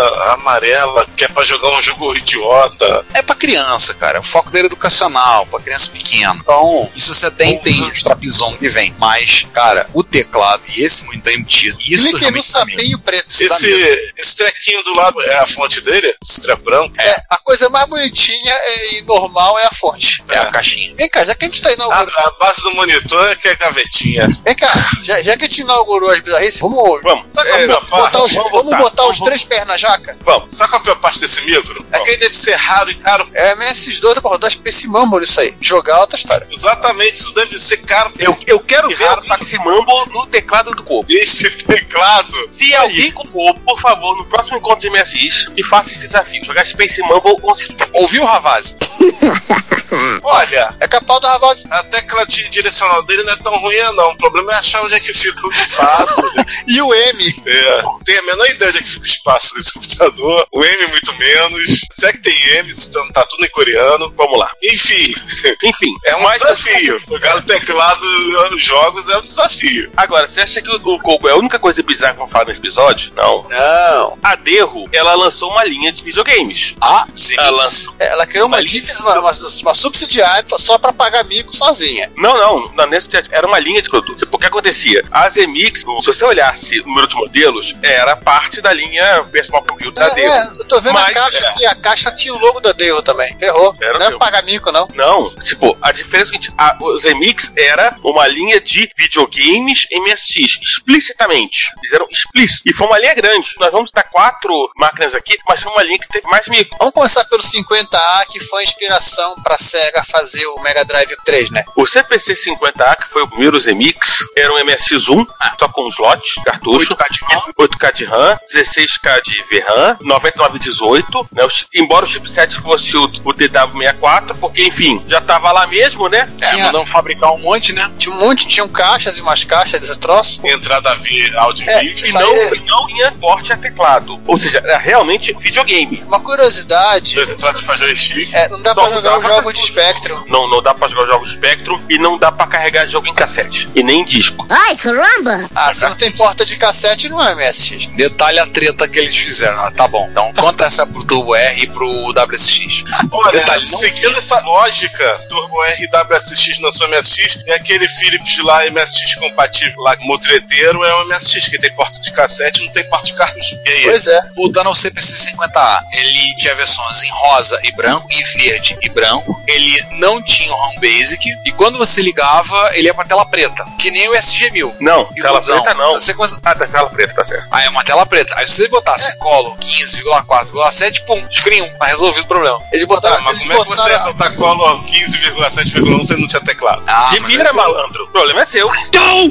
S7: amarela, que é pra jogar um jogo idiota.
S3: É pra criança, cara. O foco dele é educacional, pra criança pequena. Então, isso você até entende, os trapizonga que vem. Mas, cara, o teclado e esse monitor embutido, isso
S4: Clique no
S3: realmente dá medo.
S4: sapinho preto.
S3: dá
S7: Esse, esse trequinho do lado é a fonte dele? Esse treco branco?
S4: É, a coisa mais bonitinha é- e normal é a fonte.
S3: É a caixinha.
S4: Vem cá, já que a gente tá
S7: A,
S4: inaugurando.
S7: a base do monitor é que é gavetinha.
S4: Vem cá, já, já que a gente inaugurou as bizarrices, vamos
S6: Vamos,
S7: Sabe
S6: É,
S7: qual é a pior parte?
S4: botar os, vamos botar, os
S6: vamos-
S4: três pés na jaca?
S6: vamos.
S7: Sabe qual é a pior parte desse micro? É que ele deve ser raro e caro.
S4: É MS2 da rodar Space Mambo isso aí. Jogar é outra história.
S7: Exatamente, isso deve ser caro.
S6: Eu, eu quero
S7: E
S6: ver
S7: raro
S6: alguém esse mambo no teclado do combo.
S7: Este teclado.
S6: Se alguém com combo, por favor, no próximo encontro de MSX, me faça esse desafio. Jogar Space Mumble com...
S3: Ouviu, Ravaz?
S7: Olha,
S4: É capaz do Ravaz.
S7: a tecla de direcional dele não é tão ruim, não. O problema é achar onde é que fica o espaço.
S4: E o M.
S7: É, tem a menor ideia de onde é que fica o espaço desse computador. O M, muito menos. Se é que tem M, se não tá tudo em coreano.
S6: Vamos lá.
S7: Enfim,
S6: Enfim.
S7: é um
S6: mas- assim,
S7: desafio.
S3: assim,
S7: Jogar no teclado nos jogos é um desafio.
S6: Agora, você acha que o, o combo é a única coisa bizarra que eu falo nesse episódio? Não.
S4: Não.
S6: A Derro, ela lançou uma linha de videogames.
S3: Ah, sim.
S6: Ela lançou...
S4: É, Ela criou uma
S6: Mas-
S4: DIFs, uma, uma, uma subsidiária só pra pagar mico sozinha.
S6: Não, não, não nesse chat, era uma linha de produtos. O que acontecia? A Zemix, se você olhasse o número de modelos, era parte da linha Personal Computer da
S4: É,
S6: Derro.
S4: é, eu tô vendo a
S6: Mas-
S4: caixa
S6: é.
S4: aqui. A caixa tinha o logo da Devo também. Errou.
S6: Era
S4: não era
S6: meu.
S4: pagar mico, não.
S6: Não, tipo, a diferença é o seguinte: a, o Zemix era uma linha de videogames MSX, explicitamente. Fizeram explícito. E foi uma linha grande. Nós vamos dar quatro máquinas aqui, mas foi uma linha que teve mais micro.
S4: Vamos começar pelo 50A, que foi a inspiração pra SEGA fazer o Mega Drive 3, né?
S6: O CPC-50A, que foi o primeiro Zemix, era um MSX1, só com slot, cartucho.
S3: 8K de RAM.
S6: 8K de RAM, 16K de VRAM, 9918, né? O chi- embora o chipset fosse o, o DW64, porque enfim, já tava lá mesmo, né?
S3: É,
S4: Tinha-
S3: mandamos fabricar um monte, né?
S4: Tinha um monte, tinham caixas e umas caixas desse troço.
S7: Entrada via áudio
S4: É,
S7: e vídeo.
S6: E
S4: Isso
S6: não,
S4: aí
S6: e não tinha porte a é teclado. Ou seja, era realmente videogame.
S4: Uma curiosidade,
S7: Dois entradas pra joystick.
S4: é, não dá pra
S6: Nossa,
S4: jogar
S6: dá
S4: os
S6: pra
S4: jogos de
S6: fazer
S4: Spectrum.
S6: Não, não dá pra jogar jogos Spectrum e não dá pra carregar jogo em cassete. E nem em disco.
S4: Ah, se não tem porta de cassete, não é MSX.
S3: Detalhe a treta que eles fizeram. Ah, tá bom. Então, conta essa pro Turbo R e pro WSX.
S7: Olha,
S3: Detalhe, não-
S7: seguindo essa lógica, Turbo RWSX na sua MSX, é aquele Philips lá, MSX compatível lá, motreteiro, é um MSX que tem porta de cassete, não tem porta de cartucho. E aí?
S4: Pois é.
S3: Voltando ao CPC 50A, ele tinha versões em rosa e branco, em verde e branco. Ele não tinha o RAM Basic. E quando você ligava, ele ia pra tela preta. Que nem o SG-1000.
S6: Não, tela
S3: Ilusão.
S6: preta não.
S3: Você começa-
S6: Ah, tá tela preta, tá certo.
S3: Ah, é uma tela preta. Aí se você botasse Color 15,4,7, pum, screen 1, tá resolvido o problema. Eles botaram.
S7: Tá,
S6: Ah,
S7: mas
S3: eles
S7: como é que você
S3: botaram-
S7: ia botar Color 15,7,1 se não tinha teclado?
S3: Ah,
S6: Se
S3: mas
S6: vira,
S3: esse-
S6: malandro. O problema é seu.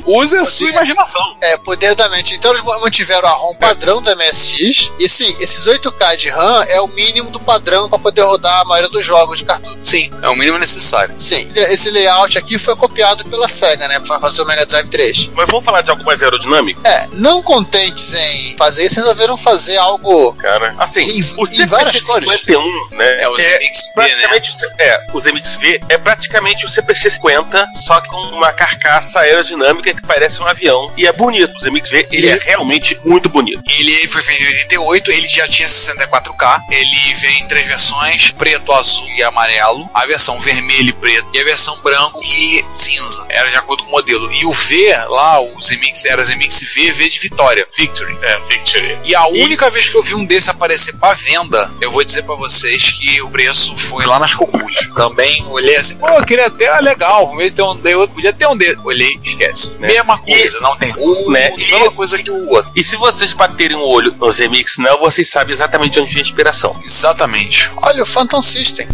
S3: Use a sua imaginação.
S4: É, poder da mente. Então eles mantiveram a ROM padrão da MSX. E sim, esses 8K de RAM é o mínimo do padrão para poder rodar a maioria dos jogos de cartucho.
S3: Sim, é o mínimo necessário.
S4: Sim, esse layout aqui foi copiado pela SEGA, né? Para fazer o Mega Drive 3.
S6: Mas vamos falar de algo mais aerodinâmico?
S4: É, não contentes em fazer isso, resolveram fazer algo.
S6: Cara, assim,
S4: Em-
S6: o
S4: em várias
S6: 51, né?
S3: É o ZXP, né?
S6: Praticamente, o C- é, o ZMXV é praticamente o CPC-50, só que com uma carcaça aerodinâmica que parece um avião. E é bonito. O ZMXV, ele é realmente muito bonito.
S3: Ele foi feito em 88, ele já tinha 64K. Ele vem em três versões: preto, azul e amarelo. A versão vermelho e preto. E a versão branco e cinza. Era de acordo com o modelo. E o V, lá, o Zemix, era Zemix V, V de Vitória. Victory.
S7: É, Victory.
S3: E a única vez que eu vi um desse aparecer pra venda, eu vou dizer pra vocês que o preço foi lá nas Cocus. Também olhei assim, pô, eu queria ter, ah, legal, ao invés de ter um de outro, podia ter um desse. Olhei, esquece.
S6: Né?
S3: Mesma coisa, não tem rumo,
S6: né?
S3: mesma coisa que o outro.
S6: E se vocês baterem o olho no ZMX, não, vocês sabem exatamente onde tinha inspiração.
S3: Exatamente.
S4: Olha, o Phantom System,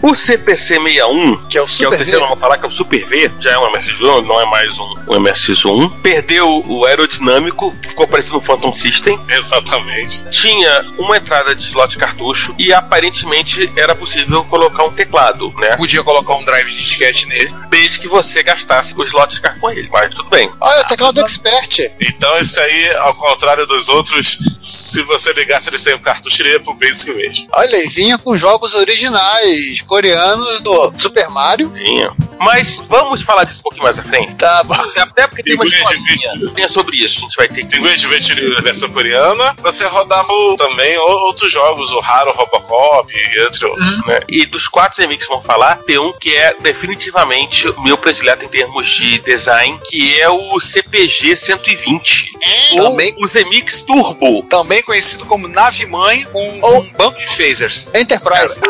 S6: O CPC-61,
S4: que é o
S6: que é
S4: Oh, Super
S6: o
S4: V.
S6: terceiro, vamos falar que é o Super V, já é um MSX1, não é mais um, um MSX1. Perdeu o aerodinâmico, que ficou parecendo um Phantom System.
S7: Exatamente.
S6: Tinha uma entrada de slot de cartucho e aparentemente era possível colocar um teclado, né?
S3: Podia colocar um drive de disquete nele.
S6: Desde que você gastasse o slot de cartucho com ele, mas tudo bem.
S4: Olha, o teclado Expert.
S7: Então, esse aí, ao contrário dos outros, se você ligasse ele sem o cartucho, ele ia pro Basic mesmo.
S4: Olha, e vinha com jogos originais coreanos do Super Mario.
S6: Tinha. Mas vamos falar disso um pouquinho mais à frente.
S4: Tá bom.
S6: Até porque tem uma
S7: Figurinha de
S6: historinha tem sobre isso, a gente vai ter que
S7: Pinguim de Ventilho da versão coreana, você rodava o- também o- outros jogos, o Raro Robocop, entre outros.
S6: né? E dos quatro remixes que vão falar, tem um que é definitivamente o meu predileto em termos de design, que é o CPG 120. Ou
S3: também.
S6: o Zemix Turbo.
S3: Também conhecido como nave mãe com um banco de phasers.
S4: Enterprise.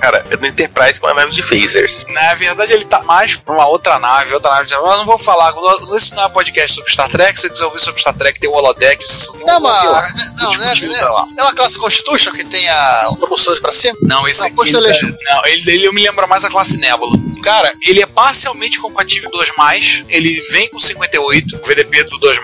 S6: Cara, é do Enterprise com a nave de phasers.
S3: Na verdade, ele tá mais pra uma outra nave, outra nave. Mas não vou falar. Esse não é podcast sobre Star Trek. Se você quiser ouvir sobre Star Trek, tem o Holodeck. Você tem
S4: Não,
S3: um ouviu.
S4: mas. Não, né?
S3: Discutiu,
S4: né,
S3: tá lá.
S4: É uma classe Constitution que tem a o propulsor pra cima?
S3: Não, esse
S4: Não,
S3: aqui.
S4: Posto
S3: ele tá-
S4: Elégio.
S3: não, ele, ele me lembra mais a classe Nebula. Cara, ele é parcialmente compatível com 2, ele vem com 58, o VDP é do 2,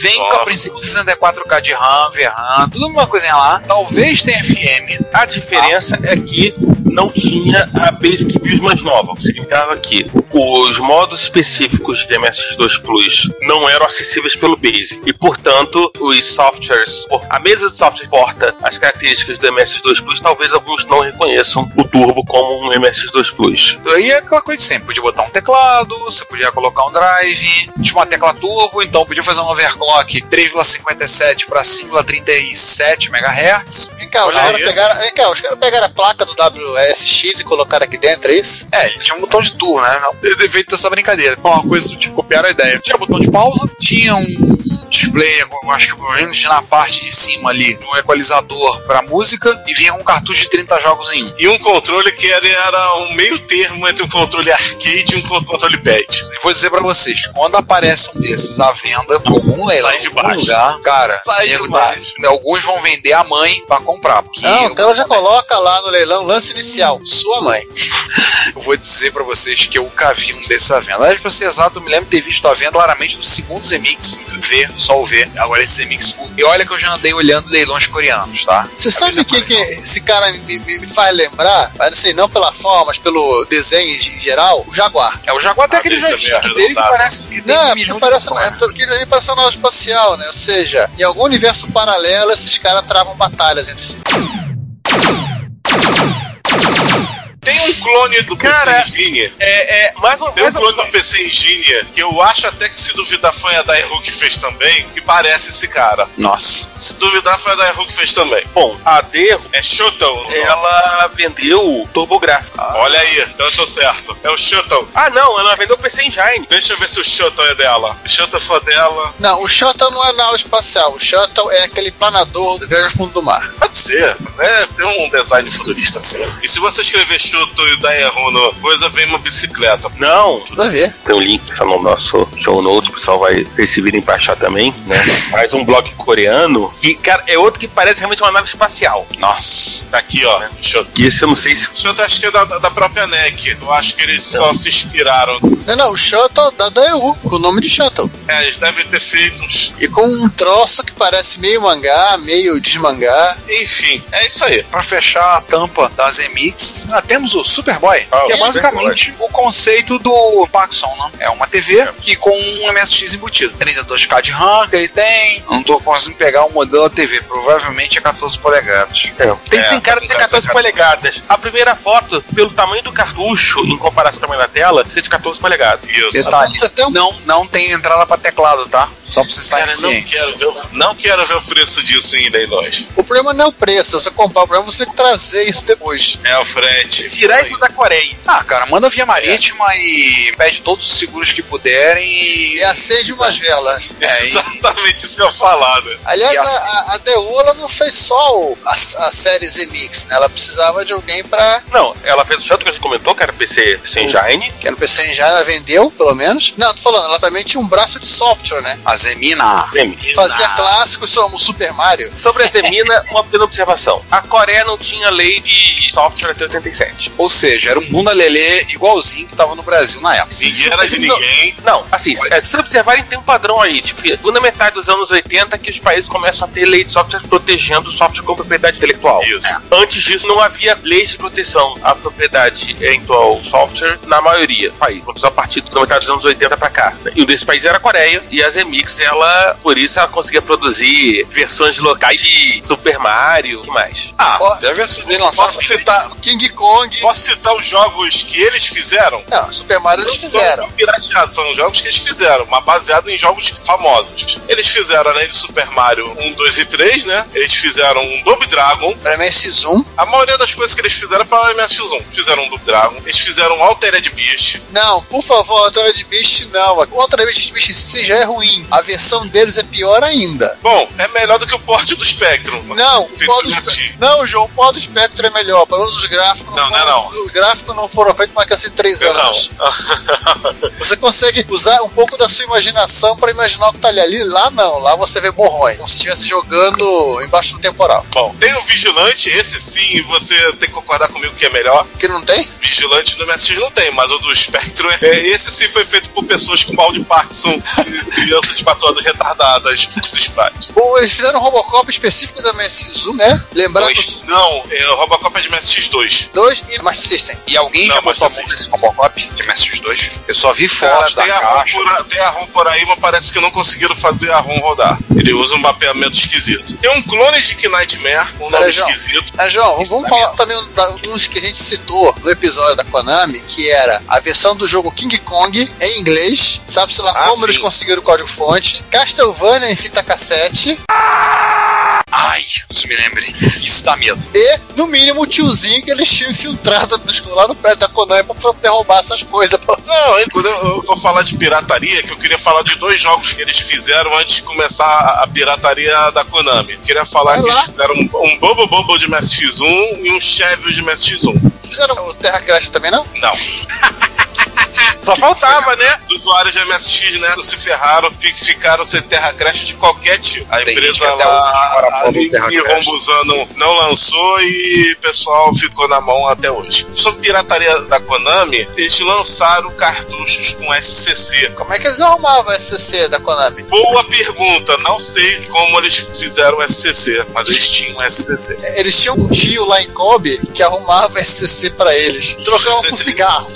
S3: vem com a
S7: Nossa.
S3: princípio 64K de RAM, VRAM, tudo uma coisinha lá. Talvez tenha FM,
S6: A diferença é que não tinha a Basic Build mais nova, o que significava que os modos específicos de MS2 Plus não eram acessíveis pelo Basic. E, portanto, os softwares, a mesa de software porta as características do MS2 Plus, talvez alguns não reconheçam o Turbo como um MS2 Plus.
S3: Aí é aquela coisa de sempre, podia botar um teclado, você podia colocar um drive, tinha uma tecla turbo, então podia fazer um overclock 3,57 para 5,37 MHz.
S4: Vem cá, os
S7: Olha
S4: caras
S7: aí.
S4: pegaram. Vem cá, os caras pegaram a placa do WSX e colocaram aqui dentro, é isso?
S3: É, ele tinha um botão de turbo, né? Não, de- de- feito essa brincadeira. Foi uma coisa do tipo, copiaram a ideia. Tinha botão de pausa, tinha um display, eu acho que pelo menos na parte de cima ali, um equalizador para música, e vinha com um cartucho de 30 jogos em um.
S7: E um controle que era, era um meio termo entre um controle arcade e um co- controle pad.
S3: E vou dizer pra vocês, quando aparece um desses à venda, em algum leilão,
S7: Sai de
S3: em algum
S7: baixo.
S3: lugar, cara,
S7: Sai de
S3: nego tá
S7: baixo.
S3: dá- Né, alguns vão vender a mãe pra comprar. Porque
S4: Não,
S3: eu,
S4: o cara já coloca lá no leilão lance inicial. Sua mãe.
S3: eu vou dizer pra vocês que eu nunca vi um desses à venda. Aliás, pra ser exato, eu me lembro de ter visto a venda claramente do segundo Zemix, do V, só o V, agora esse Zemix U. E olha que eu já andei olhando leilões coreanos, tá?
S4: Você
S3: Avisa
S4: sabe o que,
S3: pra
S4: que esse cara me, me- me faz lembrar? Mas não sei, não pela forma, mas pelo desenho em geral, o Jaguar.
S3: É, o Jaguar
S4: Ah,
S3: tem aquele
S7: Avisa
S3: jardim
S7: mesmo,
S3: dele que
S7: resultado.
S3: parece que tem
S4: Não,
S3: um milhão
S4: é porque
S3: de
S4: parece,
S3: opções.
S4: é porque ele parece uma nave espacial, né? Ou seja, em algum universo paralelo, esses caras travam batalhas entre si.
S7: Tem um clone do
S6: Cara,
S7: PC Engine.
S6: É, é, mais uma
S7: Tem um
S6: coisa.
S7: clone do PC Engine que eu acho até que se duvidar foi a Daihu que fez também, que parece esse cara.
S3: Nossa.
S7: Se duvidar foi a Daihu que fez também.
S6: Bom, a Derro,
S7: É Shuttle.
S6: ela vendeu o TurboGrafx.
S7: Olha aí, então eu tô certo. É o Shuttle.
S6: Ah, não, ela vendeu o PC Engine.
S7: Deixa eu ver se o Shuttle é dela. O Shuttle foi dela.
S4: Não, o Shuttle não é nave espacial. O Shuttle é aquele planador do veja fundo do mar.
S7: Pode ser, né? Tem um design futurista assim. E se você escrever Shoto e e dá erro no coisa, vem uma bicicleta.
S6: Não,
S4: Tudo a ver.
S6: tem um link tá no nosso show notes, o pessoal vai se eles virem pra achar também, né? Mais um blog coreano, que, cara, é outro que parece realmente uma nave espacial.
S3: Nossa.
S7: Tá aqui, ó. Deixa eu...
S6: E esse eu não sei se.
S7: Deixa eu até- acho que é da, da- da própria NEC. Eu acho que eles só se inspiraram.
S4: Não, não, o Shuttle da da EU, com o nome de Shuttle.
S7: É, eles devem ter feito uns.
S4: E com um troço que parece meio mangá, meio desmangá.
S7: Enfim, é isso aí.
S3: Pra fechar a tampa das Emix, ah, temos o Superboy,
S6: Ah,
S3: que é
S6: o
S3: basicamente o conceito do Paxson, né? É uma TV que com um MSX embutido. 32K de RAM que ele tem. Não tô conseguindo pegar o modelo da TV, provavelmente é 14 polegadas.
S6: Tem,
S7: É,
S6: tem cara de ser
S7: tem cara de ser
S6: 14 polegadas. A primeira foto, pelo tamanho do cartucho, em comparação ao tamanho da tela, ser de 14 polegadas.
S7: Isso.
S3: Detalhe,
S4: Você tem um
S3: não, não tem entrada pra teclado, tá? Só pra vocês estarem
S7: Cara, não
S3: cientes.
S7: quero, ver, o- não quero ver o preço disso ainda em nós.
S4: O problema não é o preço, é você comprar, o problema é você trazer isso depois.
S7: É o frete.
S6: Tirar isso da Coreia.
S3: Ah, cara, manda via marítima e pede todos os seguros que puderem e...
S4: E É
S7: É.
S4: acende umas velas.
S3: É, e-
S7: Exatamente isso que eu falado.
S4: Aliás,
S3: E assim-
S4: a, a, a DU ela não fez só o- a, a série Zemix, né? Ela precisava de alguém pra.
S6: Não, ela fez o chato que você comentou, cara, PC sem Engine.
S4: Que era um o PC já ela vendeu, pelo menos. Não, tô falando, ela também tinha um braço de software, né?
S3: a Zemina.
S6: Prêmio.
S4: Fazia clássicos como Super Mario.
S6: Sobre a Zemina, uma pequena observação. A Coreia não tinha lei de software até 87.
S3: Ou seja, era um bunda lelê igualzinho que tava no Brasil na época.
S7: Ninguém era de
S6: Não.
S7: ninguém.
S6: Não, assim, se é, se vocês observarem, tem um padrão aí. Tipo, segunda metade dos anos 80 que os países começam a ter lei de software protegendo o software com propriedade intelectual. É.
S7: Isso.
S6: Antes disso, não havia leis de proteção à propriedade intelectual ao software na maioria do país. Só a partir da metade dos anos 80 pra cá. né? E um desses países era a Coreia. E a Zemix, ela, por isso, ela conseguia produzir versões locais de Super Mario. O que mais?
S3: Ah,
S4: Fora-
S3: deve haver lançado
S7: Posso citar,
S4: King Kong.
S7: posso citar os jogos que eles fizeram?
S4: Não, Super Mario eles
S7: Não
S4: fizeram.
S7: São pirateados, são jogos que eles fizeram, mas baseado em jogos famosos. Eles fizeram, além de Super Mario 1, 2 e 3, né? Eles fizeram um Double Dragon.
S4: Pra MSX1.
S7: A maioria das coisas que eles fizeram é pra MSX1. Fizeram um Double Dragon. Eles fizeram um Altered Beast.
S4: Não, por favor, Antônio de Beast não. O Antônio de Beast em si já é ruim. A versão deles é pior ainda.
S7: Bom, é melhor do que o porte do Spectrum.
S4: Não, o
S7: Feito
S4: pó do
S7: de
S4: Spe-
S7: latim.
S4: não, João, o pó do espectro é melhor. Pelo menos os gráficos
S7: assim. Não, não é
S4: foram- Os gráficos não foram feitos mais que assim três
S7: Não.
S4: anos. Você consegue usar um pouco da sua imaginação pra imaginar o que tá ali. ali. Lá não, lá você vê borrões. Como se estivesse jogando embaixo do temporal.
S7: Bom, tem o Vigilante, esse sim, você tem que concordar comigo que é melhor.
S4: Porque não tem?
S7: Vigilante no MSX não tem, mas o do Spectrum é. é- Esse sim foi feito por pessoas com mal de Parkinson e crianças de 4 anos retardadas do Sprite.
S4: Ou eles fizeram um Robocop específico da MSX1, né? Lembrar que
S7: Dois.
S4: os
S7: Não, é o Robocop é de MSX2.
S4: dois e Master System.
S3: E alguém
S7: Não,
S3: já
S7: mas
S3: botou a mão
S7: assim-
S3: nesse Robocop de MS2? Eu só vi
S7: Cara,
S3: fotos da
S7: tem a, ROM
S3: caixa.
S7: por, a- tem a ROM por aí, mas parece que não conseguiram fazer a ROM rodar. Ele usa um mapeamento esquisito. Tem um clone de K Nightmare, um nome
S4: Peraí, João.
S7: esquisito.
S4: Ah, João, vamos- vamos falar também da- uns que a gente citou no episódio da Konami, que era a versão do jogo King Kong em inglês, sabe-se lá
S7: Ah,
S4: como eles
S7: sim.
S4: conseguiram o código-fonte, Castlevania em fita cassete
S3: Ai, isso me lembre. Isso dá medo.
S4: e, no mínimo, o tiozinho que eles tinham infiltrado no- lá no prédio da Konami pra poder roubar essas coisas.
S7: Não, eu- quando eu, eu vou falar de pirataria, que eu queria falar de dois jogos que eles fizeram antes de começar a, a pirataria da Konami. Eu queria falar
S4: Vai
S7: que
S4: lá.
S7: eles fizeram um, um Bobo Bobo de MSX1 e um Chevy de MSX1.
S4: Fizeram o Terra Crash também, não?
S7: Não.
S6: Só faltava, né?
S7: Os usuários de MSX, né, se ferraram, fi- ficaram sem terra creche de qualquer tipo. A
S3: Tem gente que
S7: empresa
S3: até hoje
S7: lá,
S3: mora fora
S7: a
S3: do terra
S7: Link
S3: creche.
S7: Rombuzano não lançou e o pessoal ficou na mão até hoje. Sobre pirataria da Konami, eles lançaram cartuchos com SCC.
S4: Como é que eles arrumavam a SCC da Konami?
S7: Boa pergunta, não sei como eles fizeram o SCC, mas eles tinham SCC.
S4: Eles tinham um tio lá em Kobe que arrumava SCC pra eles. Trocavam por
S7: SCC.
S4: cigarro.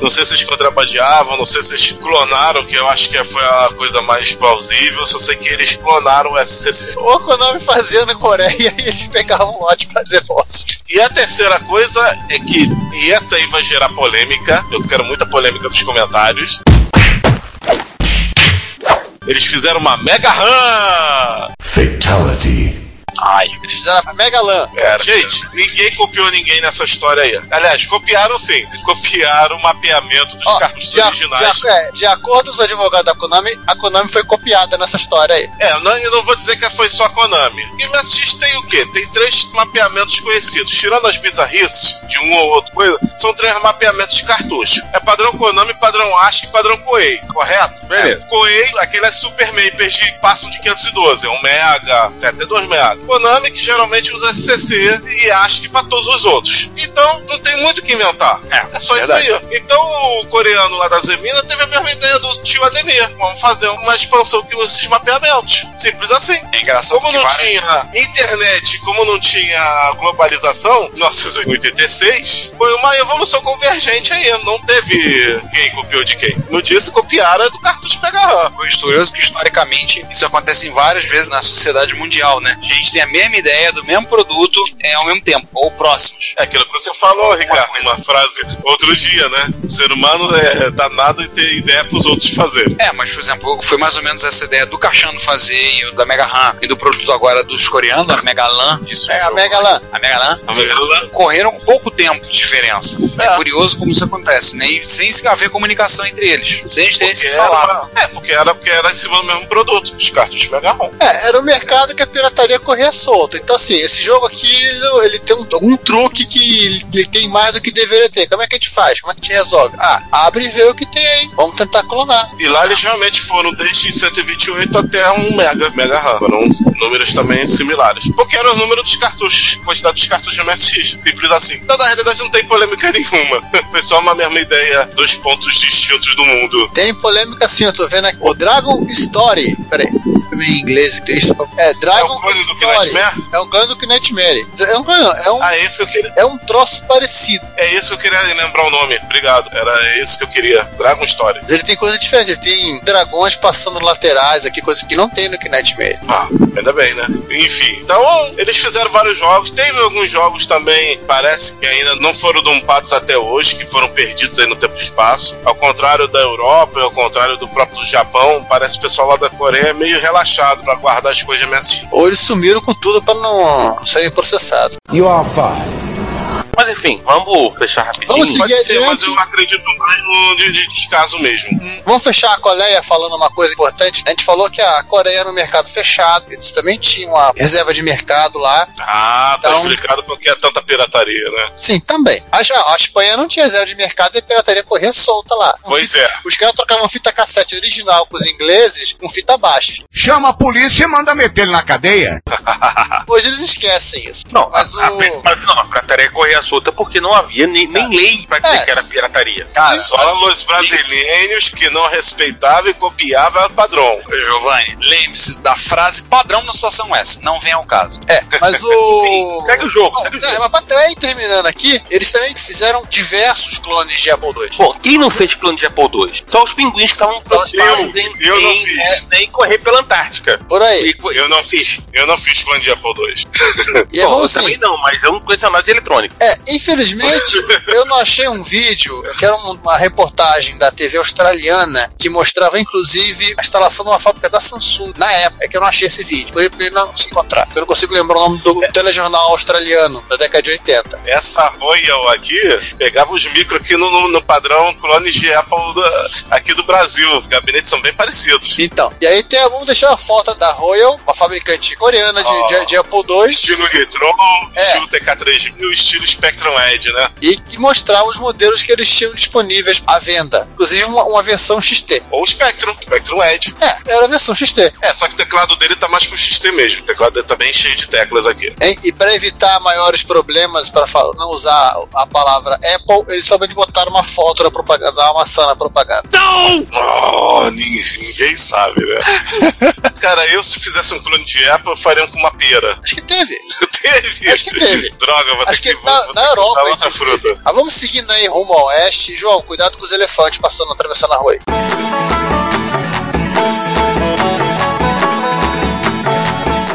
S7: Não sei se eles contrabandeavam, não sei se eles clonaram, que eu acho que foi a coisa mais plausível, só sei que eles clonaram o SCC.
S4: Ou a Konami fazia na Coreia e eles pegavam lote pra fazer fotos.
S7: E a terceira coisa é que, e essa aí vai gerar polêmica, eu quero muita polêmica nos comentários. Eles fizeram uma Mega RAM!
S5: Fatality.
S3: Ai.
S4: Eles fizeram a Mega LAN.
S6: Cara,
S7: Gente, ninguém copiou ninguém nessa história aí. Aliás, copiaram sim. Copiaram o mapeamento dos
S4: Ó,
S7: cartuchos
S4: de, a-
S7: originais.
S4: de a- é, de acordo com os advogados da Konami, a Konami foi copiada nessa história aí.
S7: É, eu não, eu não vou dizer que foi só a Konami. E o MSX tem o quê? Tem três mapeamentos conhecidos. Tirando as bizarrices de um ou outro coisa, são três mapeamentos de cartucho. É padrão Konami, padrão ASCII e padrão Koei, correto?
S6: Beleza.
S7: É, Koei, aquele é super mapers de passam de 512, é um mega, tem até dois mega. Konami que geralmente usa SCC e ASCII pra todos os outros. Então, não tem muito o que inventar. É só
S6: Verdade.
S7: isso aí. ó. Então o coreano lá da Zemina teve a mesma ideia do tio Ademir. Vamos fazer uma expansão que use esses mapeamentos. Simples assim.
S3: É engraçado
S7: Como
S3: que
S7: não
S3: várias...
S7: tinha internet, como não tinha globalização, 1986, foi uma evolução convergente aí. Não teve quem copiou de quem. No dia se copiaram do cartucho Mega RAM.
S3: Foi curioso que historicamente isso acontece em várias vezes na sociedade mundial, né? A gente tem a mesma ideia do mesmo produto é, ao mesmo tempo, ou próximos.
S7: É aquilo que você falou, Ricardo, uma frase outro dia, né? O ser humano é danado em ter ideia pros outros fazerem.
S3: É, mas por exemplo, foi mais ou menos essa ideia do Cachano fazer e o da Mega RAM e do produto agora dos coreanos, a Mega LAN, disso.
S4: É, a Mega LAN.
S3: A Mega LAN.
S7: A Mega LAN.
S3: Correram com pouco tempo de diferença. É,
S7: É.
S3: curioso como isso acontece, né? E sem se haver comunicação entre eles. Sem eles terem
S7: Porque
S3: se
S7: era,
S3: falado.
S7: uma- é, porque era, porque era em cima do mesmo produto, os cartuchos Mega ROM.
S4: É, era um mercado que a pirataria corria solta. Então, assim, esse jogo aqui, ele, não- ele tem um, um truque que ele tem mais do que deveria ter. Como é que a gente faz? Como é que a gente resolve? Ah, abre e vê o que tem aí. Vamos tentar clonar.
S7: E lá eles realmente foram desde 128 até 1 mega, mega RAM. Foram números também similares. Porque era o número dos cartuchos, quantidade dos cartuchos de MSX. Simples assim. Então, na realidade, não tem polêmica nenhuma. Foi só uma mesma ideia dos pontos distintos do mundo.
S4: Tem polêmica sim, eu tô vendo aqui. O Dragon Story. Peraí. Em inglês, tem isso. É,
S7: É um
S4: Dragon
S7: clone do
S4: Story.
S7: Knightmare?
S4: É um clone do Knightmare. É um clone, não. É um,
S7: Ah, é isso que eu queria.
S4: é um troço parecido.
S7: É isso que eu queria lembrar o nome. Obrigado. Era isso que eu queria. Dragon Story.
S4: Mas ele tem coisa diferente. Ele tem dragões passando laterais aqui, coisa que não tem no Knightmare.
S7: Ah, ainda bem, né? Enfim, então eles fizeram vários jogos. Teve alguns jogos também, parece que ainda não foram dompados até hoje, que foram perdidos aí no tempo e espaço. Ao contrário da Europa, ao contrário do próprio Japão, parece que o pessoal lá da Coreia é meio relaxado pra guardar as coisas de MSX.
S4: Ou eles sumiram com tudo pra não serem processados.
S6: Mas enfim, vamos fechar rapidinho.
S4: Vamos seguir.
S7: Pode
S4: E
S7: ser, mas
S4: adiante?
S7: eu acredito mais no de, de descaso mesmo.
S4: Vamos fechar a colmeia falando uma coisa importante. A gente falou que a Coreia era um mercado fechado, eles também tinham uma reserva de mercado lá.
S7: Ah, tá
S4: Então-
S7: explicado por que é tanta pirataria, né?
S4: Sim, também. A, Ja- a Espanha não tinha reserva de mercado e a pirataria corria solta lá.
S7: Pois é.
S4: Os caras trocavam fita cassete original com os ingleses com fita BASF.
S5: Chama a polícia e manda meter ele na cadeia.
S7: Ah.
S4: Hoje eles esquecem isso.
S6: Não,
S4: Mas
S6: a, a-
S4: o-
S6: mas não, a pirataria corria solta porque não havia nem, nem lei pra dizer
S4: É,
S6: que era pirataria.
S3: Cara,
S7: Só
S4: Assim,
S7: os brasileiros que não respeitavam e copiavam o padrão.
S3: Giovanni, lembre-se da frase padrão na situação essa. Não vem ao caso.
S4: É, mas o.
S6: Segue o jogo,
S4: Bom,
S6: segue o
S4: é,
S6: jogo.
S4: mas pra- aí, terminando aqui, eles também fizeram diversos clones de Apple II.
S6: Pô, quem não fez plano de Apple II? Só os pinguins que estavam preocupados em,
S7: eu não
S6: em,
S7: fiz.
S6: é, em correr pela Antártica.
S4: Por aí.
S6: E-
S7: Eu não fiz. Eu não fiz plano de Apple II.
S4: E, é
S6: Bom,
S4: bom
S6: eu
S4: assim,
S6: também não, mas é um colecionador de eletrônico.
S4: É, infelizmente, eu não achei um vídeo, que era um- uma reportagem da TV australiana, que mostrava, inclusive, a instalação de uma fábrica da Samsung, na época, é que eu não achei esse vídeo, porque eu não consigo encontrar, porque eu não consigo lembrar o nome do
S6: É.
S4: telejornal australiano, da década de 80.
S7: Essa Royal aqui pegava os micro aqui no, no- no padrão clones de Apple da- aqui do Brasil. Os gabinetes são bem parecidos.
S4: Então, e aí tem, vamos deixar a foto da Royal, uma fabricante coreana de, de- de Apple II,
S7: Estilo Retron,
S4: É.
S7: estilo TK3000, estilo Spectrum Edge, né?
S4: e que mostrava os modelos que eles tinham disponíveis à venda, inclusive uma, uma versão XT.
S7: Ou Spectrum, Spectrum Edge.
S4: É, era a versão XT.
S7: É, só que o teclado dele tá mais pro XT mesmo. O teclado dele tá bem cheio de teclas aqui.
S4: Hein? E para evitar maiores problemas, para não usar a palavra Apple, eles somente botaram uma foto na propaganda, uma maçã na propaganda.
S7: Oh, ninguém, ninguém sabe, né? Cara, eu se fizesse um clone de Apple, eu faria um com uma pera.
S4: Acho que teve.
S7: teve.
S4: Acho que teve.
S7: Droga, vou
S4: Acho
S7: ter que,
S4: que
S7: vou-
S4: na,
S7: vou
S4: na
S7: ter que
S4: Europa.
S7: comprar outra
S4: inclusive.
S7: fruta.
S4: Ah, vamos seguindo aí rumo ao oeste. João, cuidado com os elefantes passando, atravessando a rua aí.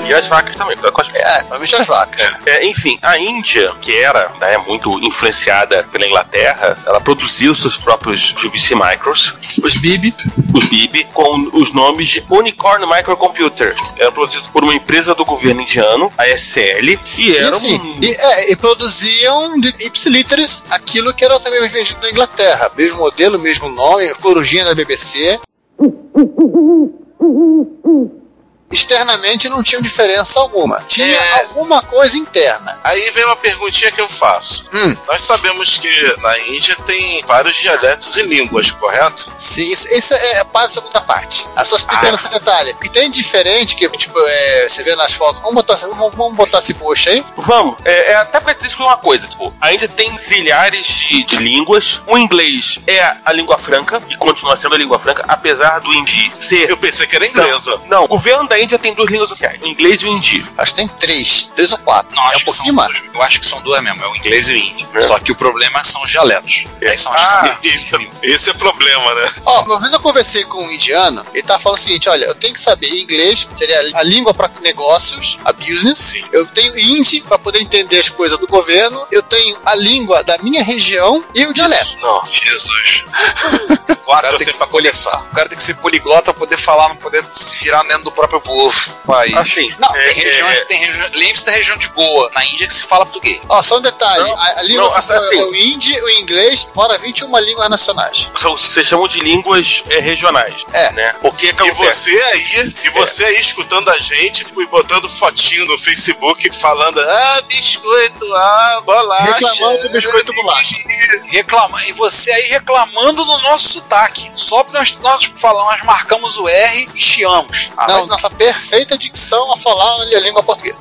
S6: E E as vacas também, porque com as
S4: É, principalmente as vacas.
S6: É, enfim, a Índia, que era né, muito influenciada pela Inglaterra, ela produziu seus próprios GBC Micros,
S4: Os Bibi.
S6: os BIB, com os nomes de Unicorn Microcomputer. Era produzido por uma empresa do governo indiano, a SL, que
S4: E
S6: era
S4: assim,
S6: um...
S4: e, é, e produziam de ipsilíteres aquilo que era também vendido na Inglaterra. Mesmo modelo, mesmo nome, corujinha da BBC. Externamente não tinha diferença alguma. Tinha
S7: É.
S4: alguma coisa interna.
S7: Aí vem uma perguntinha que eu faço.
S4: Hum.
S7: Nós sabemos que na Índia tem vários dialetos e línguas, correto?
S4: Sim, isso, isso é a parte da segunda parte. A só
S3: Ah.
S4: explicando esse detalhe. O que tem diferente, que tipo, é, você vê nas fotos. Vamos botar, vamos, vamos botar esse post aí.
S6: Vamos, é, é até porque tem uma coisa, tipo, a Índia tem zilhares de, de línguas, o inglês é a língua franca, e continua sendo a língua franca, apesar do hindi ser...
S7: Eu pensei que era inglesa.
S6: Não, não, o governo da Índia tem duas línguas oficiais, o inglês e o hindi.
S4: Acho que tem três. Três ou quatro.
S3: Não,
S4: é
S3: acho
S4: um
S3: que são
S4: pouquinho mais.
S3: duas. Eu acho que são duas mesmo, é o inglês e o índio.
S6: É.
S3: Só que o problema são os dialetos. Aí são as
S7: Ah,
S3: são as-
S7: Esse é problema, né?
S4: Ó, uma vez eu conversei com um indiano, ele tava falando o seguinte: olha, eu tenho que saber inglês, seria a língua para negócios, a business.
S7: Sim.
S4: Eu tenho hindi para poder entender as coisas do governo. Eu tenho a língua da minha região e o dialeto.
S7: Nossa,
S3: Jesus. O
S7: quatro
S3: cara, tem
S7: assim
S3: que
S7: pra
S3: ser
S7: começar.
S3: poliglota, o cara tem que ser poliglota pra poder falar, não poder se virar dentro do próprio povo. País.
S6: Assim,
S3: Não,
S6: é-
S3: tem região,
S6: é-
S3: tem região. Lembre-se da região de Goa, na Índia, que se fala português.
S4: Ó, só um detalhe: a, a língua
S6: não,
S4: oficial
S6: assim-
S4: é o hindi, o inglês, fora 21 línguas nacionais.
S6: é. são, se chamam de línguas é, regionais.
S4: É.
S6: Né? Porque
S7: E
S6: acontece.
S7: você aí, e você aí escutando a gente e botando fotinho no Facebook falando: ah, biscoito, ah, bolacha.
S4: Reclamando do biscoito bolacha.
S3: Reclama, e você aí reclamando do nosso sotaque. Só porque nós, nós falamos, nós marcamos o R e chiamos. Ah,
S4: Não, nossa perfeita dicção a falar a língua portuguesa.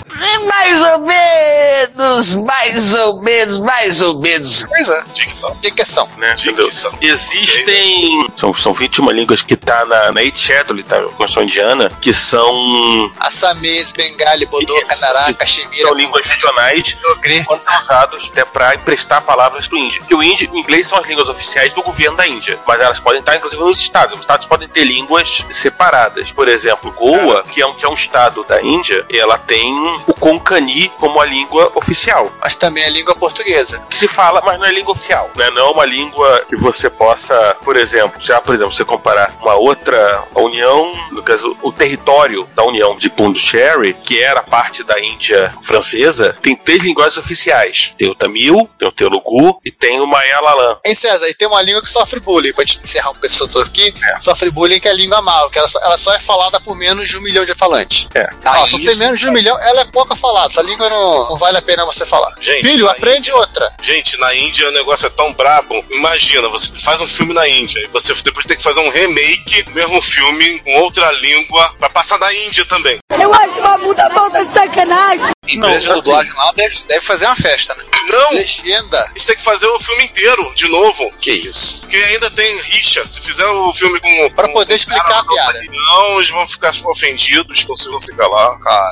S2: Mais ou menos, mais ou menos, mais ou menos.
S3: Pois é.
S7: Dicção.
S4: Dicção.
S6: Né, entendeu?
S7: Dicção.
S6: Existem. São, são 21 línguas que tá na, na Etchedole, tá? Constituição indiana, que são,
S4: Assamese, bengali, bodô, canará, caxemira,
S6: são línguas regionais.
S4: dogrê.
S6: Quando são usados até para emprestar palavras do índio. Porque o índio, o inglês são as línguas oficiais do governo da Índia. Mas elas podem estar, inclusive, nos estados. Os estados podem ter línguas separadas. Por exemplo, Goa, que é um, que é um estado da Índia, ela tem o Konkani como a língua oficial.
S4: Mas também a língua portuguesa.
S6: que se fala, mas não é língua oficial, né? Não é uma língua que você possa, por exemplo, já, por exemplo, você comparar uma outra a União, no caso, o território da União de Pondicherry, que era parte da Índia francesa, tem três linguagens oficiais. Tem o tamil, tem o telugu e tem o malayalam.
S4: Hein, César, e tem uma língua que sofre bullying, pra gente encerrar um pessoal todo aqui, sofre bullying que é a língua mal, que ela só, ela só é falada por menos de um milhão de falantes.
S6: É,
S3: Tá,
S4: Ó, só tem
S3: isso.
S4: menos de um milhão, ela é pouca falada, essa língua não, não vale a pena você falar.
S7: Gente,
S4: Filho,
S7: na
S4: aprende outra.
S7: Gente, na Índia o negócio é tão brabo. Imagina, você faz um filme na Índia e você depois tem que fazer um remake do mesmo filme com outra língua pra passar na Índia também.
S8: Eu acho uma puta falta de sacanagem.
S6: Não,
S3: Empresa
S6: assim-
S3: de dublagem lá deve, deve fazer uma festa, né?
S7: Não, a
S4: Legenda.
S7: gente tem que fazer o filme inteiro de novo,
S3: Que isso.
S7: porque ainda tem rixa. Se fizer o filme com
S4: Pra
S7: com-
S4: poder
S7: com
S4: explicar
S7: cara
S4: a piada.
S7: Não, eles vão ficar ofendidos, consigam se calar.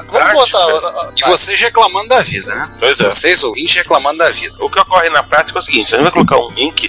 S4: Vamos botar. ó, ó,
S3: E
S4: tá.
S3: vocês reclamando da vida, né?
S7: Pois é.
S3: Vocês ouvintes reclamando da vida.
S6: O que ocorre na prática é o seguinte: a gente vai colocar um link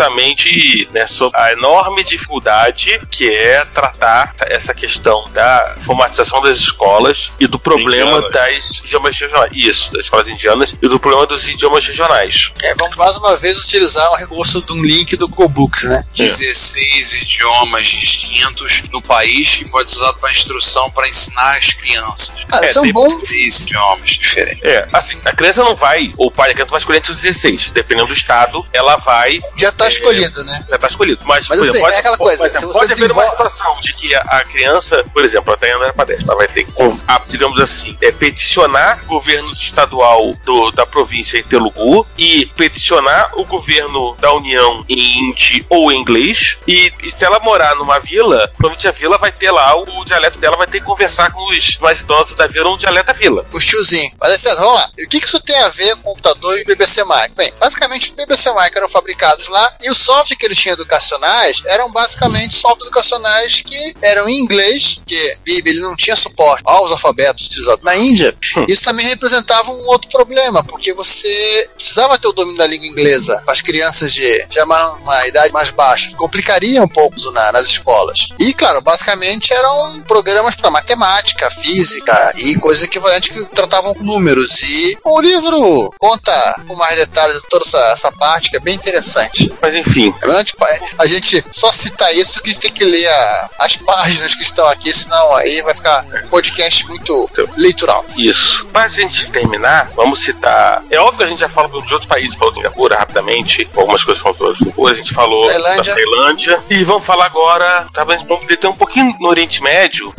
S6: justamente né, sobre a enorme dificuldade que é tratar essa questão da formatização das escolas e do problema
S7: Indianas.
S6: das idiomas regionais. Isso, das escolas indianas e do problema dos idiomas regionais.
S4: É, vamos mais uma vez utilizar um recurso de um link do Google Books, né?
S3: 16 idiomas distintos no país que pode ser usado para instrução, para ensinar as crianças.
S4: Cara,
S6: É,
S4: são
S6: tem-
S4: bons.
S3: 16 idiomas diferentes.
S6: É, assim, a criança não vai, ou o pai da criança vai escolher entre os 16, dependendo do estado, ela vai
S4: Já tá
S6: é,
S4: escolhido, né?
S6: já tá escolhido. Mas,
S4: Mas
S6: por
S4: eu
S6: exemplo,
S4: sei, é aquela
S6: pode,
S4: coisa,
S6: por exemplo,
S4: se você
S6: pode haver uma
S4: desenvolve-
S6: situação de que a, a criança, por exemplo, até andar para 10, ela tá vai ter que, com- a- digamos assim, é, peticionar o governo estadual do- da província em Telugu e peticionar o governo da União em hindi ou em inglês. E, e se ela morar numa vila, provavelmente a vila vai ter lá o, dialeto dela, vai ter que conversar com os mais idosos da vila, um dialeto da vila.
S4: Os tiozinhos. Mas é certo, vamos lá. E o que, que isso tem a ver com computador e BBC Micro? Bem, basicamente, os BBC Micro eram fabricados lá e o software que eles tinham educacionais eram basicamente software educacionais que eram em inglês, que Bíblia ele não tinha suporte aos alfabetos utilizados na Índia. Isso também representava um outro problema, porque você precisava ter o domínio da língua inglesa para as crianças de já uma, uma idade mais baixa. Complicaria um pouco isso na- nas escolas. E, claro, basicamente era um programa programas para matemática, física e coisas equivalentes que tratavam com números. E o livro conta com mais detalhes toda essa, essa parte que é bem interessante.
S6: Mas enfim,
S4: É melhor, tipo, a gente só citar isso do que a gente tem que ler a- as páginas que estão aqui, senão aí vai ficar um podcast muito leitoral.
S6: É, isso. Pra gente terminar, vamos citar. É óbvio que a gente já fala de outros países, falou de Singapura rapidamente, algumas coisas falam de outras culturas, a gente falou
S4: Tailândia.
S6: da Tailândia. E vamos falar agora, talvez vamos poder ter um pouquinho no Oriente Médio.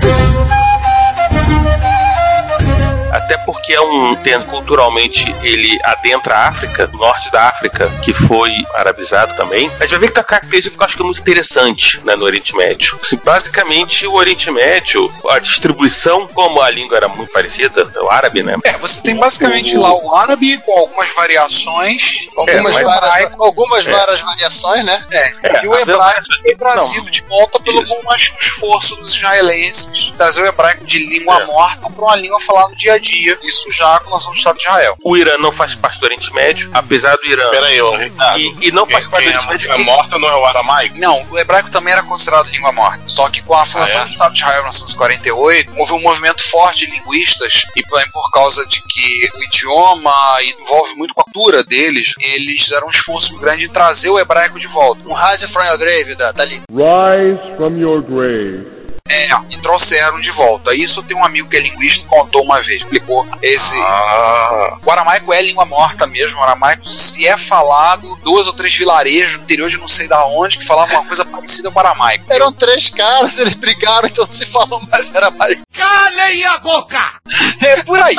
S6: Até porque é um terreno culturalmente ele adentra a África, o norte da África, que foi arabizado também. Mas vai ver que tem uma característica que eu acho que é muito interessante né, no Oriente Médio. Assim, basicamente, o Oriente Médio, a distribuição, como a língua era muito parecida, o árabe, né?
S3: É, você tem basicamente lá o árabe com algumas variações.
S4: Algumas,
S6: mas
S4: várias, algumas várias variações, né?
S3: É, e o
S6: a
S3: hebraico
S6: verdade-
S3: foi trazido de volta pelo
S6: Isso.
S3: bom acho, esforço dos israelenses de trazer o hebraico de língua
S6: É.
S3: morta para uma língua falada no dia a dia. Isso já com a noção do Estado de Israel.
S6: O Irã não faz parte do Oriente Médio, apesar do Irã.
S7: Peraí, ô Ricardo.
S6: E, e não faz
S7: Quem,
S6: parte do
S7: quem
S6: Oriente Médio.
S7: é, é morta não é o aramaico?
S3: Não, o hebraico também era considerado língua morta. Só que com a fundação
S7: Ah, é?
S3: do Estado de Israel em 1948, houve um movimento forte de linguistas, e também por causa de que o idioma envolve muito com a cultura deles, eles fizeram um esforço grande em trazer o hebraico de volta.
S4: Um Rise from your grave da, da língua.
S9: Rise from your grave.
S3: É, e trouxeram de volta. Isso tem um amigo que é linguista que contou uma vez, explicou esse.
S7: Ah,
S3: O aramaico é língua morta mesmo. O aramaico, se é falado, dois ou três vilarejos no interior de não sei da onde que falavam uma coisa parecida com o aramaico.
S4: Eram três caras, eles brigaram, então não se falam mais aramaico.
S5: Calem a boca!
S3: É por aí.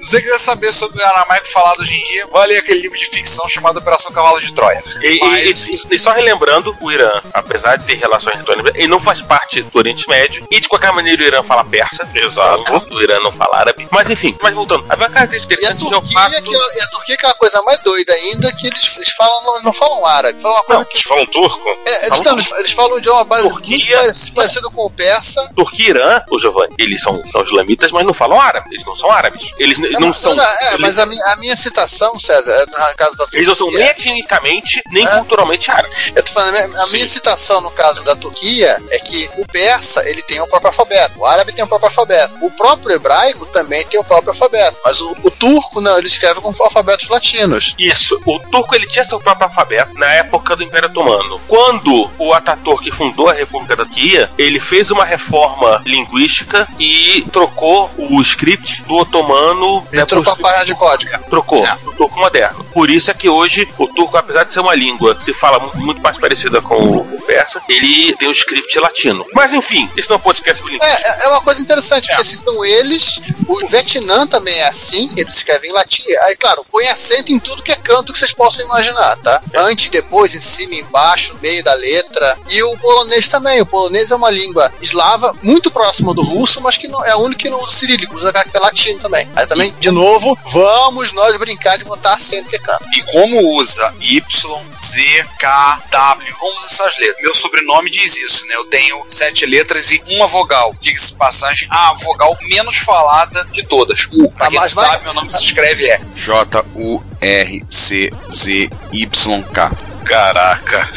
S3: Se você quiser saber sobre o aramaico falado hoje em dia, vai ler aquele livro de ficção chamado Operação Cavalo de Troia.
S6: E, e-
S3: Mas-
S6: e- e- e só relembrando, o Irã, apesar de ter relações com o Oriente Médio, ele não faz parte do Oriente Médio. E de qualquer maneira, o Irã fala persa.
S7: Exato.
S6: O Irã não fala árabe. Mas enfim, mas voltando. A minha característica
S4: E a
S6: interessante é o
S4: Turquia,
S6: fato.
S4: que, é- e a Turquia que é uma coisa mais doida ainda, que eles, eles falam, não, não falam árabe, falam uma coisa que.
S7: eles falam turco?
S4: É, eles, não, eles, eles falam um idioma base
S6: Turquia.
S4: muito parecido, parecido com o persa.
S6: Turquia e Irã, o Giovanni, eles são, são islamitas, mas não falam árabe. Eles não são árabes. Eles n- não, são.
S4: é, mas a minha, a minha citação, César, é no caso da Turquia.
S6: Eles não são nem etnicamente, nem
S4: É.
S6: culturalmente árabes.
S4: Eu tô falando, a minha, a
S7: Sim.
S4: minha citação no caso da Turquia é que o persa ele tem o próprio alfabeto, o árabe tem o próprio alfabeto, o próprio hebraico também tem o próprio alfabeto, mas o, o turco não, ele escreve com alfabetos latinos.
S6: Isso. O turco ele tinha seu próprio alfabeto na época do Império Otomano. Quando o Ataturk fundou a República da Turquia, ele fez uma reforma linguística e trocou o script do otomano.
S4: Ele
S6: né, pro
S4: trocou a
S6: script-
S4: página de código.
S6: Trocou, o turco moderno. Por isso é que hoje o turco, apesar de ser uma língua que se fala mu- muito mais parecida com o o persa, ele tem um script latino. Mas enfim, isso não é um podcast bilingue.
S4: É, é- é uma coisa interessante, porque assim, são eles, o Vietnã também é assim, eles escrevem em latim. Aí, claro, põe acento em tudo que é canto que vocês possam imaginar, tá? Antes, depois, em cima, embaixo, no meio da letra. E o polonês também. O polonês é uma língua eslava, muito próxima do russo, mas que não, é a única que não usa cirílico, usa caractere latino também. Aí também, de novo, vamos nós brincar de botar acento que é canto.
S3: E como usa Y, Z, K, W? Como usa essas letras? Meu sobrenome diz isso, né? Eu tenho sete letras e uma vogal. Diga-se de passagem, a vogal menos falada de todas. U. Pra
S4: Ah,
S3: quem não
S4: mas vai-
S3: sabe, meu nome se escreve é J-U-R-C-Z-Y-K.
S7: Caraca.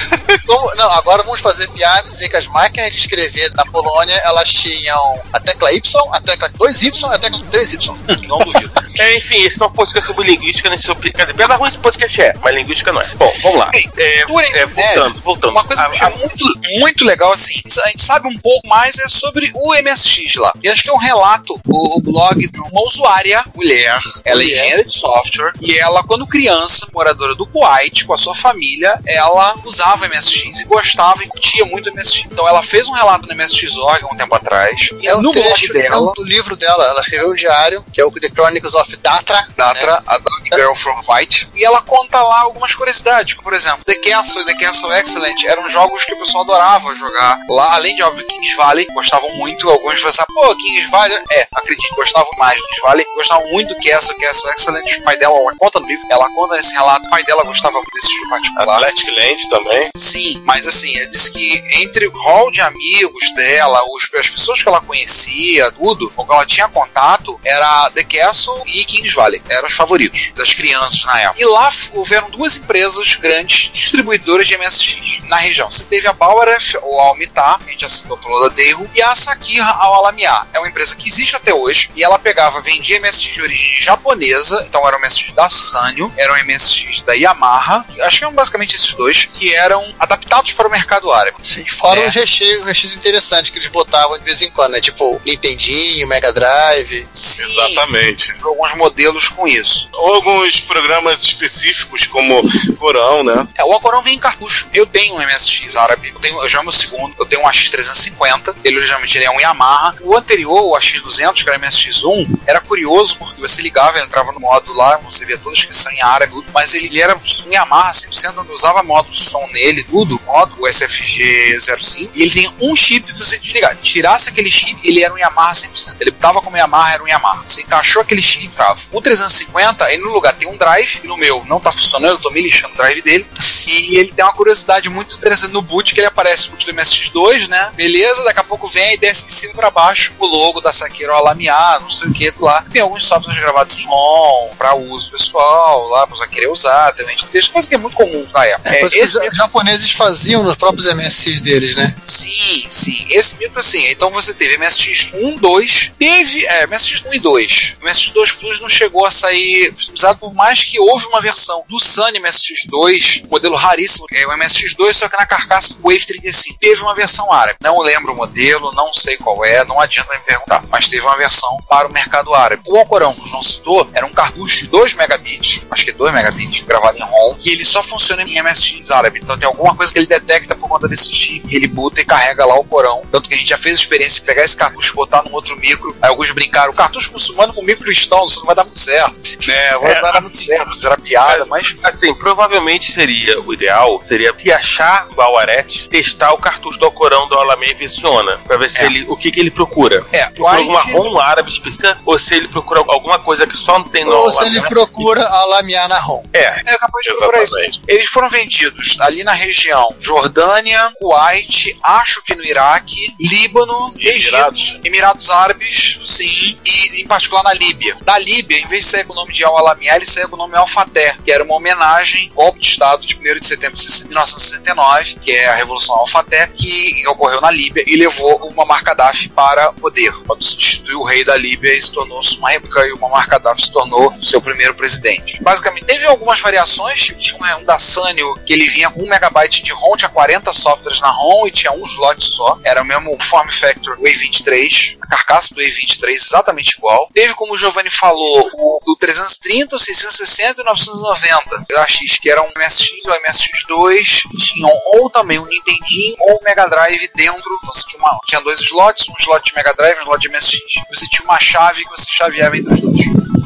S4: Como- não, agora vamos fazer piada e dizer que as máquinas de escrever na Polônia, elas tinham a tecla Y, a tecla 2Y e a tecla 3Y.
S3: Não duvido.
S6: É, enfim, esse não é um podcast sobre linguística nesse sobre. Quer dizer, pela ruim esse um podcast é, mas linguística não é. Bom, vamos lá.
S3: Bem,
S6: É,
S3: Turem,
S6: é, voltando, voltando. Ah,
S3: Uma coisa
S6: A-
S3: que eu achei muito, muito legal, assim, a gente sabe um pouco mais é sobre o MSX lá. E acho que é um relato, o, o blog de uma usuária, mulher, ela é engenheira de software, e ela, quando criança, moradora do Kuwait, com a sua família, ela usava MSX e gostava e curtia muito MSX. Então ela fez um relato no MSX Org há um tempo atrás, e
S4: É um
S3: no
S4: trecho
S3: blog
S4: é um
S3: dela,
S4: do livro dela. Ela escreveu um diário, que é o The Chronicles of Datra. né?
S3: Datra, a Dog Girl from White, e ela conta lá algumas curiosidades, como, por exemplo, The Castle e The Castle Excellent eram jogos que o pessoal adorava jogar lá, além de, óbvio, Kings Valley, gostavam muito, alguns pensavam, pô, Kings Valley, é, acredito, gostavam mais do Kings Valley, gostavam muito do Castle, Castle Excellent, o pai dela, ela conta no livro, ela conta nesse relato, o pai dela gostava muito desse jogo particular,
S7: Mystic Land também.
S3: Sim, mas assim, ela disse que entre o hall de amigos dela, os, as pessoas que ela conhecia, tudo, com que ela tinha contato, era The Castle e Kings Valley. Eram os favoritos das crianças na época. E lá f- houveram duas empresas grandes distribuidoras de MSX na região. Você teve a Baueref, ou a Almitar, a gente já citou, falou da Deiru, e a Sakir ao Alamiá. É uma empresa que existe até hoje, e ela pegava, vendia MSX de origem japonesa, então era um MSX da Sanyo, era um MSX da Yamaha, e acho que eram basicamente esses dois, que eram adaptados para o mercado árabe.
S4: Sim, fora
S3: É.
S4: os recheios, recheios interessantes que eles botavam de vez em quando, né? Tipo Nintendinho, Mega Drive.
S3: Sim,
S7: Exatamente.
S3: Alguns modelos com isso.
S7: Ou alguns programas específicos, como Corão, né?
S3: É, o Alcorão vem em cartucho. Eu tenho um MSX árabe, eu, tenho, eu já é o meu segundo, eu tenho um AX350, ele originalmente ele é um Yamaha. O anterior, o AX200, que era MSX1, era curioso porque você ligava, ele entrava no modo lá, você via toda a inscrição em árabe, tudo, mas ele, ele era um Yamaha 100%, eu não usava modo de som nele, tudo, modo o SFG05, e ele tem um chip pra você desligar. Tirasse aquele chip, ele era um Yamaha 100%. Ele tava como Yamaha, era um Yamaha. Você encaixou aquele chip, trava. O 350, ele no lugar tem um drive, e no meu não tá funcionando, eu tô me lixando o drive dele. E ele tem uma curiosidade muito interessante no boot, que ele aparece no boot do MSX2, né? Beleza, daqui a pouco vem e desce de cima pra baixo o logo da Saqueiro Alamiá, não sei o que lá. Tem alguns softwares gravados em ROM, pra uso pessoal, lá, pra você querer usar, tem gente texto, coisa que é muito comum na época.
S4: É,
S3: É,
S4: coisa que os
S3: esse-
S4: ja- japoneses faziam nos próprios MSCs deles, né?
S3: Sim, sim. Esse micro, assim, então você teve MSX 1, 2, um, teve é, MSX 1 e 2. O MSX 2 Plus não chegou a sair customizado, por mais que houve uma versão do Sun MSX 2, um modelo raríssimo, é o MSX 2, só que na carcaça Wave 35. Teve uma versão árabe. Não lembro o modelo, não sei qual é, não adianta me perguntar, mas teve uma versão para o mercado árabe. O Alcorão, que o João citou, era um cartucho de 2 megabits, acho que é 2 megabits, gravado em ROM, que ele só funciona em MSX árabe. Então tem alguma coisa que ele detecta por conta desse chip, ele buta e carrega lá o corão. Tanto que a gente já fez a experiência de pegar esse cartucho, botar num outro micro. Aí alguns brincaram, cartucho muçulmano com micro cristão, isso não vai dar muito certo. Né, vai
S6: É.
S3: dar muito certo, isso era piada, mas
S6: Assim, provavelmente seria o ideal, seria se achar o Bauarete, testar o cartucho do Alcorão do Alamei e ver se funciona, pra ver se
S3: É.
S6: ele, o que, que ele procura.
S3: é,
S6: Procura
S3: White-
S6: alguma ROM árabe específica, ou se ele procura alguma coisa que só não tem no
S4: Ou se ele
S3: né?
S6: Alamé.
S4: procura a lamear na ROM.
S6: É,
S3: É capaz de procurar isso.
S7: Exatamente.
S3: Eles foram vendidos ali na região Jordânia, Kuwait, acho que no Iraque, Líbano, Egito,
S7: Emirados.
S3: Emirados Árabes, sim, e em particular na Líbia. Da Líbia, em vez de sair com o nome de Al-Alamiyah, ele saiu com o nome Al-Fateh, que era uma homenagem ao golpe de Estado de 1 de setembro de 1969, que é a Revolução Al-Fateh, que ocorreu na Líbia e levou uma marca Gaddafi para o poder. Quando se destituiu o rei da Líbia, e se tornou uma república e o Muammar Gaddafi se tornou seu primeiro presidente. Basicamente, teve algumas variações, tinha um- um da Sanyo que ele vinha com 1 megabyte de ROM, tinha 40 softwares na ROM e tinha um slot só, era o mesmo form factor do E23, a carcaça do E23 exatamente igual. Teve, como o Giovanni falou, o do 330, o 660 e o 990. Eu AX, que era um MSX ou MSX2, tinham ou também um Nintendinho ou um Mega Drive dentro. Então você tinha, uma- tinha dois slots, um slot de Mega Drive e um slot de MSX. Você tinha uma chave que você chaveava entre os dois.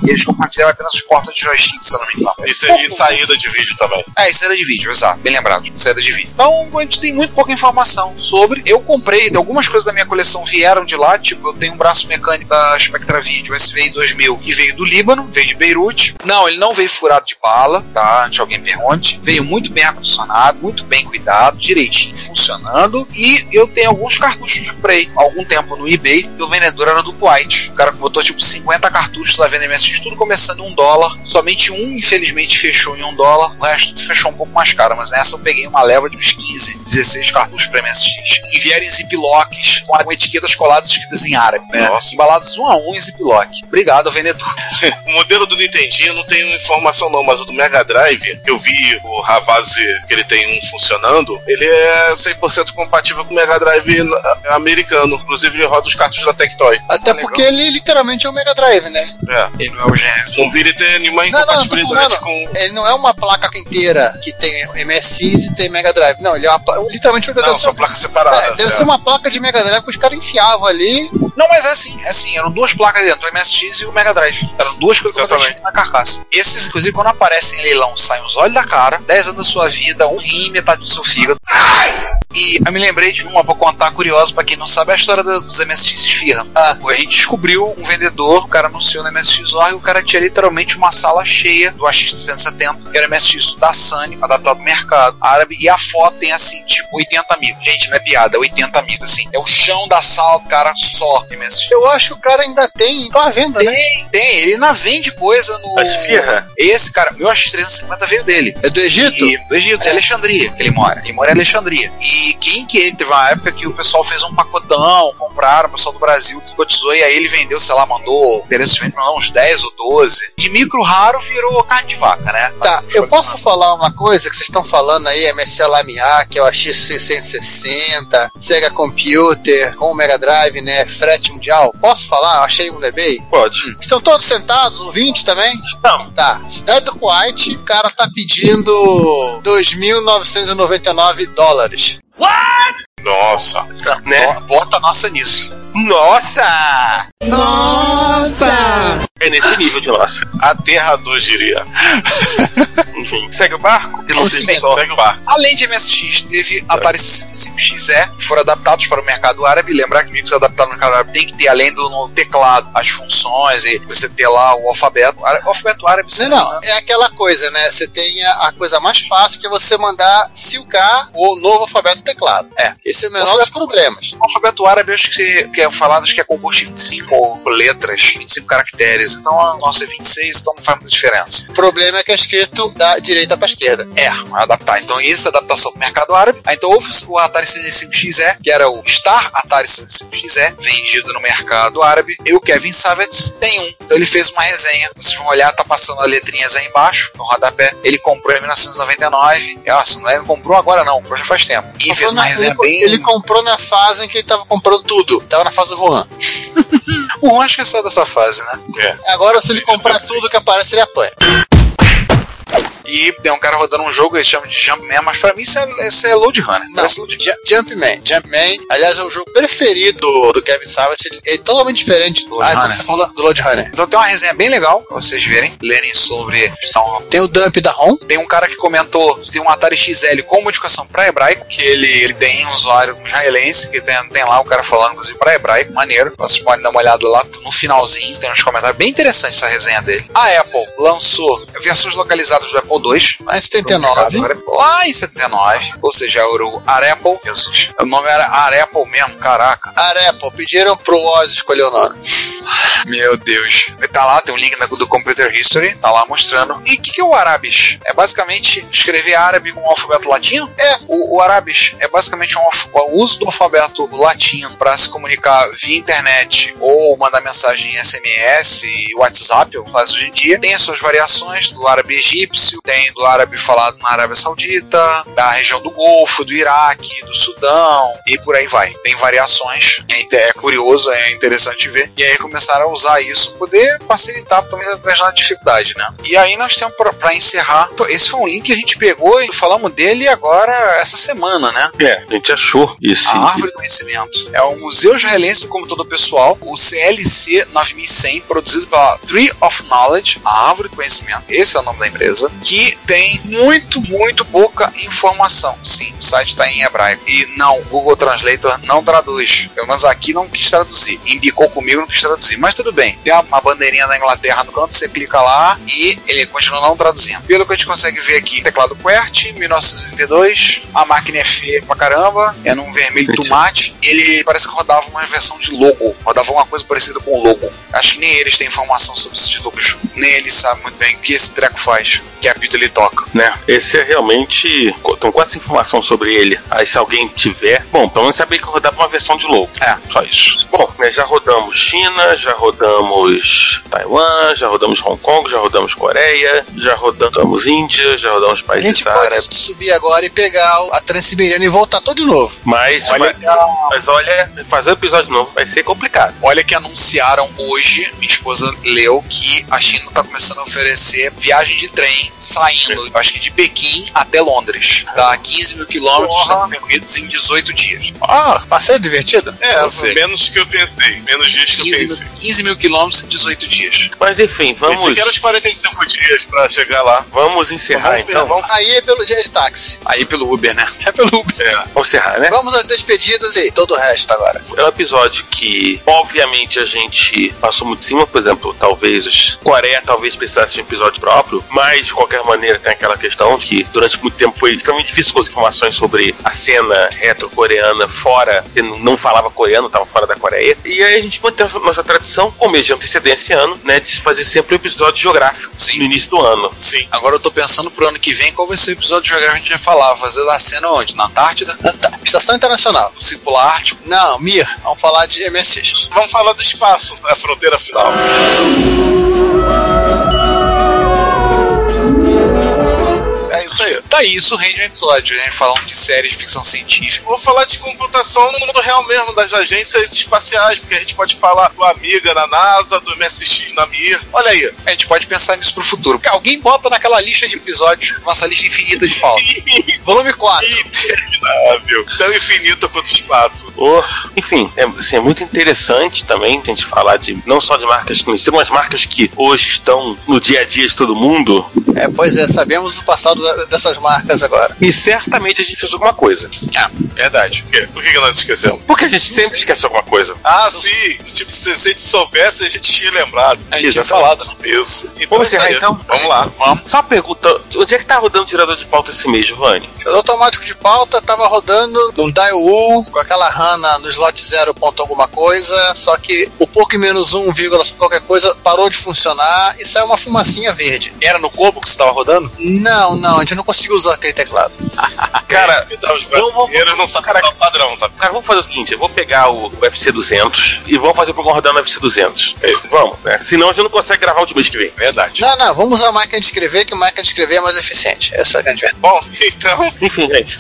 S3: E eles compartilhavam apenas as portas de joystick, se eu não me engano.
S7: Isso e saída de vídeo também.
S3: É, isso era de vídeo, exato, bem lembrado, isso era de vídeo. Então, a gente tem muito pouca informação sobre. Eu comprei, algumas coisas da minha coleção vieram de lá, tipo, eu tenho um braço mecânico da Spectra Video SVI 2000, que veio do Líbano, veio de Beirute. Não, ele não veio furado de bala, tá? Antes alguém pergunte. Veio muito bem ar-condicionado, muito bem cuidado, direitinho, funcionando. E eu tenho alguns cartuchos de spray, há algum tempo no eBay, e o vendedor era do Kuwait. O cara botou, tipo, 50 cartuchos à venda em MSX, tudo começando em um dólar. Somente um, infelizmente, fechou em um dólar. O resto tudo fechou um pouco mais caro. Mas nessa eu peguei uma leva de uns 15, 16 cartuchos pra MSX. E vieram em ziplocks, com com etiquetas coladas escritas em árabe, né?
S7: Nossa.
S3: Embalados um a um em ziplock. Obrigado ao vendedor.
S7: O modelo do Nintendinho eu não tenho informação não, mas o do Mega Drive, eu vi o Ravazzi que ele tem um funcionando, ele é 100% compatível com o Mega Drive na- americano, inclusive ele roda os cartuchos da Tectoy.
S4: Até
S3: legal.
S4: porque ele literalmente é o Mega Drive, né?
S7: É.
S3: Ele não é o Gênesis.
S7: Não vi ele ter nenhuma
S4: Não, não, eu tô
S7: incompatibilidade
S4: falando.
S7: com...
S4: Ele não é uma placa inteira que tem MSX e tem Mega Drive. Não, ele é uma placa. Literalmente deve,
S7: Não,
S4: ser,
S7: são placas separadas.
S4: é, deve
S7: é.
S4: ser uma placa de Mega Drive que os caras enfiavam ali.
S3: Não, mas é assim, é assim, eram duas placas dentro, o MSX e o Mega Drive. Eram duas coisas
S7: Exatamente.
S3: completamente na carcaça. Esses, inclusive, quando aparecem em leilão, saem os olhos da cara, 10 anos da sua vida, um rim, metade do seu fígado. E eu me lembrei de uma pra contar curiosa pra quem não sabe, é a história da- dos MSX Esfirra. Ah, a gente descobriu um vendedor, o cara anunciou no MSX Org, o cara tinha literalmente uma sala cheia do AX370, que era MSX da Sunny, adaptado ao mercado árabe, e a foto tem assim, tipo, 80 mil. Gente, não é piada, é 80 mil, assim. É o chão da sala, do cara, só MSX.
S4: Eu acho que o cara ainda tem, tá à venda, né?
S3: Tem, tem, ele ainda vende coisa no.
S6: Esfirra?
S3: Esse, cara, meu AX350 veio dele.
S4: É do Egito?
S3: E, do Egito, é Alexandria que ele mora. Ele mora em Alexandria. E quem que ele teve uma época que o pessoal fez um pacotão, compraram, o pessoal do Brasil descotizou e aí ele vendeu, sei lá, mandou endereço de venda, mandou uns 10 ou 12. De micro raro virou carne de vaca, né?
S4: Tá,
S3: Mas,
S4: eu posso falar uma coisa que vocês estão falando aí, MSC Lamiar, que é o AX660, Sega Computer, com o Mega Drive, né, frete mundial. Posso falar? Eu achei um no eBay.
S6: Pode.
S4: Estão todos sentados, ouvintes também?
S6: Estamos.
S4: Tá, cidade do Kuwait, o cara tá pedindo 2.999 dólares.
S7: Nossa.
S6: Né?
S3: bo- Bota a nossa nisso.
S6: Nossa! Nossa! É nesse nível de nossa.
S7: Aterrador, diria.
S6: Enfim, segue o barco? Que não
S4: Sim,
S6: seja
S4: bem,
S6: só.
S7: Segue o bar.
S3: Além de MSX, teve Atari 65XE, que foram adaptados para o mercado árabe. Lembrar que micros adaptados no mercado árabe tem que ter, além do no teclado, as funções e você ter lá o alfabeto. O alfabeto árabe você
S4: Não, não, é aquela coisa, né? Você tem a, a coisa mais fácil que é você mandar silcar o novo alfabeto do teclado.
S3: É.
S4: Esse é o menor dos problemas.
S3: O alfabeto árabe, eu acho que, que é falado, acho que é composto de 25 letras, 25 caracteres. Então, a nossa é 26, então não faz muita diferença.
S4: O problema é que é escrito da direita pra esquerda.
S3: É, vai adaptar. Então, isso é adaptação pro mercado árabe. Ah, então, houve o Atari 65XE, que era o Star Atari 65XE, vendido no mercado árabe. E o Kevin Savitz tem um. Então, ele fez uma resenha. Vocês vão olhar, tá passando as letrinhas aí embaixo, no rodapé. Ele comprou em 1999. E, ó, se não é, ele comprou agora não, comprou já faz tempo. E fez
S4: Comprou
S3: uma
S4: na-
S3: resenha
S4: ele,
S3: bem...
S4: ele comprou na fase em que ele tava comprando tudo. Tava na fase do Juan.
S3: O Juan acho que saiu dessa fase, né?
S4: Agora, se ele comprar tudo que aparece, ele apanha.
S3: E tem um cara rodando um jogo, ele chama de Jumpman, mas pra mim isso é, isso é Load Runner.
S4: Não,
S3: Parece Load
S4: Ju- Jumpman. Jumpman, aliás, é o jogo preferido do, do Kevin Savage. Ele é totalmente diferente do
S3: Lord
S4: ah, então
S3: Runner.
S4: você falou do Lord Runner.
S3: Então tem uma resenha bem legal pra vocês verem, lerem sobre. são-
S4: Tem o dump da ROM.
S3: Tem um cara que comentou, tem um Atari XL com modificação pra hebraico, que ele, ele tem um usuário israelense, que tem, tem lá o cara falando, inclusive, pra hebraico, maneiro. Vocês podem dar uma olhada lá no finalzinho, tem uns comentários bem interessantes essa resenha dele. A Apple lançou versões localizadas do Apple II,
S4: Lá em 79.
S3: né? lá em 79, ou seja, era o Arapple, Jesus, o nome era Arapple mesmo, caraca.
S4: Arepo, pediram pro Oz escolher o nome.
S3: Meu Deus. Tá lá, tem um link na- do Computer History, tá lá mostrando. E o que, que é o Arabis? É basicamente escrever árabe com o alfabeto latino? É, o, o Arabis é basicamente um alf- o uso do alfabeto latino para se comunicar via internet ou mandar mensagem em SMS e WhatsApp, como faz hoje em dia. Tem as suas variações do árabe egípcio, tem do árabe falado na Arábia Saudita, da região do Golfo, do Iraque, do Sudão e por aí vai. Tem variações, é, inte- é curioso, é interessante ver. E aí começaram a usar isso, poder facilitar também a dificuldade, né? E aí nós temos para encerrar, pô, esse foi um link que a gente pegou e falamos dele agora essa semana, né?
S6: É, a gente achou isso.
S3: A Árvore do Conhecimento. É o Museu Israelense do Computador Pessoal, o CLC 9100, produzido pela Tree of Knowledge, a Árvore do Conhecimento. Esse é o nome da empresa. Que tem muito, muito pouca informação. Sim, o site está em hebraico. E não, o Google Translator não traduz. Pelo menos aqui não quis traduzir. Embicou comigo, não quis traduzir. Mas tudo bem. Tem uma- uma bandeirinha da Inglaterra no canto, você clica lá e ele continua não traduzindo. Pelo que a gente consegue ver aqui, teclado QWERTY, 1982. A máquina é feia pra caramba. É num vermelho
S6: Entendi.
S3: tomate. Ele parece que rodava uma versão de logo. Rodava uma coisa parecida com o logo. Acho que nem eles têm informação sobre esses logos. Nem eles sabem muito bem o que esse treco faz. Que apito ele toca.
S6: né? Esse é realmente. Então, com essa informação sobre ele, aí se alguém tiver. Bom, pelo menos saber que eu rodava uma versão de louco.
S3: É.
S6: Só isso. Bom, né, já rodamos China, já rodamos Taiwan, já rodamos Hong Kong, já rodamos Coreia, já rodamos Índia, já rodamos
S4: A gente
S6: países árabes.
S4: pode subir agora e pegar o- a Transiberiana e voltar todo de novo.
S6: Mas
S3: Olha
S6: olha, mas olha, fazer um episódio novo vai ser complicado.
S3: Olha que anunciaram hoje, minha esposa leu, que a China tá começando a oferecer viagem de trem saindo, acho que de Pequim até Londres. Dá 15 mil quilômetros, são percorridos em 18 dias.
S4: Ah, passeio divertido.
S7: É,
S3: Eu sei.
S7: menos que eu pensei. Menos dias que eu
S3: 15,
S7: pensei.
S3: mil- 15 mil quilômetros em 18 dias.
S6: Mas enfim, vamos.
S7: Pensei que era os 45 dias pra chegar lá. Ah,
S6: Vamos encerrar
S7: Vamos,
S6: então.
S7: vamos.
S4: Aí é pelo dia de táxi.
S3: Aí pelo Uber, né? É pelo Uber.
S7: É.
S6: Vamos encerrar, né?
S4: Vamos às despedidas e todo o resto agora.
S6: É um episódio que, obviamente, a gente passou muito em cima, por exemplo, talvez os Coreia talvez precisasse de um episódio próprio, mas de qualquer maneira tem aquela questão de que durante muito tempo foi extremamente difícil conseguir informações sobre a cena retro-coreana fora, você não não falava coreano, estava fora da Coreia. E aí a gente mantém a nossa tradição, com mês de antecedência esse ano, né, de se fazer sempre um episódio geográfico
S3: Sim.
S6: no início do ano.
S7: Sim.
S3: Agora eu tô pensando pro ano que vem qual vai ser o episódio de jogar que a gente vai falar. Fazer da cena onde? Na Antártida?
S4: Anta- Tá, Estação Internacional.
S3: No Círculo Ártico?
S4: Não, Mir, vamos falar de MSX.
S7: Vamos falar do espaço, a fronteira final. É isso aí.
S3: Tá aí, isso rende um episódio, né? Falando de séries de ficção científica.
S7: Vou falar de computação no mundo real mesmo, das agências espaciais, porque a gente pode falar do Amiga na NASA, do MSX na Mir. Olha aí.
S3: A gente pode pensar nisso pro futuro. Alguém bota naquela lista de episódios, nossa lista infinita de pauta.
S4: Volume 4.
S7: Interminável. Tão infinito quanto o espaço.
S6: Oh, enfim, é, assim, é muito interessante também a gente falar de não só de marcas conhecidas, mas marcas que hoje estão no dia a dia de todo mundo.
S4: É, pois é, sabemos o passado da- dessas marcas agora.
S6: E certamente a gente fez alguma coisa.
S3: Ah, verdade.
S7: Por quê? Por que, que nós esquecemos?
S6: Porque a gente sempre esquece alguma coisa.
S7: Ah, sim. Tipo, se a gente soubesse, a gente tinha lembrado.
S3: A gente tinha
S6: Exatamente.
S3: falado, né?
S7: Isso. Então,
S6: Vamos
S7: é isso
S6: encerrar,
S7: aí.
S6: então?
S7: Vamos lá.
S3: Vamos.
S6: Só uma pergunta, onde é que tá rodando o tirador de pauta esse mês, Giovanni?
S4: O automático de pauta tava rodando no Daiwoo, com aquela Hana no slot 0 ponto alguma coisa, só que o pouco e menos 1, vírgula qualquer coisa parou de funcionar e saiu uma fumacinha verde.
S3: Era no Kobo que você tava rodando?
S4: Não, não, a gente não conseguiu usar aquele teclado.
S3: Ah,
S6: Cara,
S7: é isso que dá, os
S6: vamos-
S7: brasileiros não sabem
S6: Caraca.
S7: dar o padrão, tá?
S6: Cara, vamos fazer o seguinte, eu vou pegar o UFC 200 e vamos fazer o programa rodando no UFC 200. É isso. Vamos, né? Senão a gente não consegue gravar o de mês que vem.
S3: Verdade.
S4: Não, não, vamos usar a máquina de escrever, que a máquina de escrever é mais eficiente. Essa é a grande verdade.
S7: Bom, então,
S6: Enfim, gente.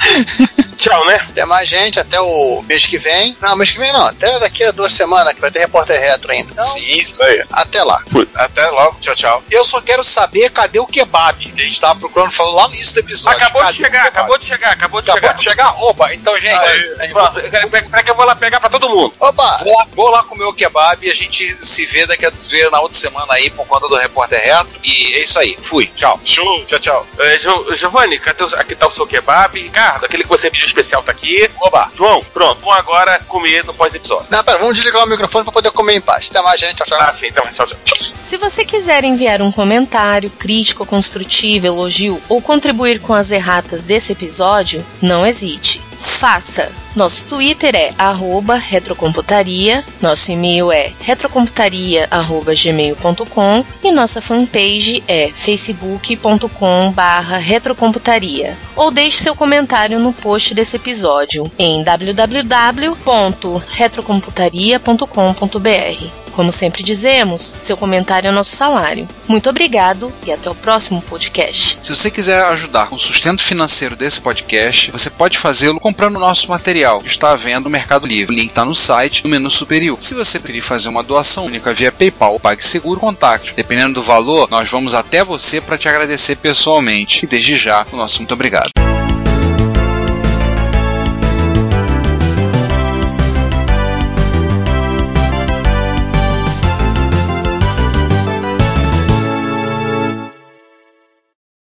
S6: Tchau, né?
S4: Até mais gente, até o mês que vem. Não, mês que vem não, até daqui a duas semanas que vai ter repórter retro ainda. Então,
S3: Sim, isso.
S7: isso aí.
S4: até lá.
S7: Até logo. Tchau, tchau.
S3: Eu só quero saber cadê o kebab. A gente tava procurando, falou lá no início do episódio. Cadê o kebab?
S6: de chegar, acabou de
S3: né, Acabou de chegar? Opa, então, gente,
S7: Aí.
S3: a gente vai-
S6: Pronto, pera- pera- pera que eu vou lá pegar pra todo mundo.
S4: Opa!
S3: vou, lá, vou lá comer o kebab e a gente se vê daqui a vê na outra semana aí por conta do repórter retro. E é isso aí. Fui. Tchau.
S7: Show. Tchau, tchau.
S6: É, Gio- Giovanni, cadê o- aqui tá o seu kebab? Ricardo, aquele que você pediu especial tá aqui.
S3: Oba.
S6: João, pronto, vamos agora comer no pós-episódio.
S4: Não, pera, vamos desligar o microfone pra poder comer em paz. Até mais gente, tchau, tchau.
S6: Ah, sim, então, tchau, tchau.
S10: Se você quiser enviar um comentário, crítico, construtivo, elogio ou contribuir com as erratas desse episódio, não hesite. Faça! Nosso Twitter é arroba retrocomputaria, nosso e-mail é retrocomputaria.gmail.com e nossa fanpage é facebook.com retrocomputaria. Ou deixe seu comentário no post desse episódio em www.retrocomputaria.com.br. Como sempre dizemos, seu comentário é nosso salário. Muito obrigado e até o próximo podcast.
S3: Se você quiser ajudar com o sustento financeiro desse podcast, você pode fazê-lo comprando nosso material, que está à venda no Mercado Livre. O link está no site, no menu superior. Se você preferir fazer uma doação única via PayPal ou PagSeguro, contate. Dependendo do valor, nós vamos até você para te agradecer pessoalmente. E desde já, o nosso muito obrigado.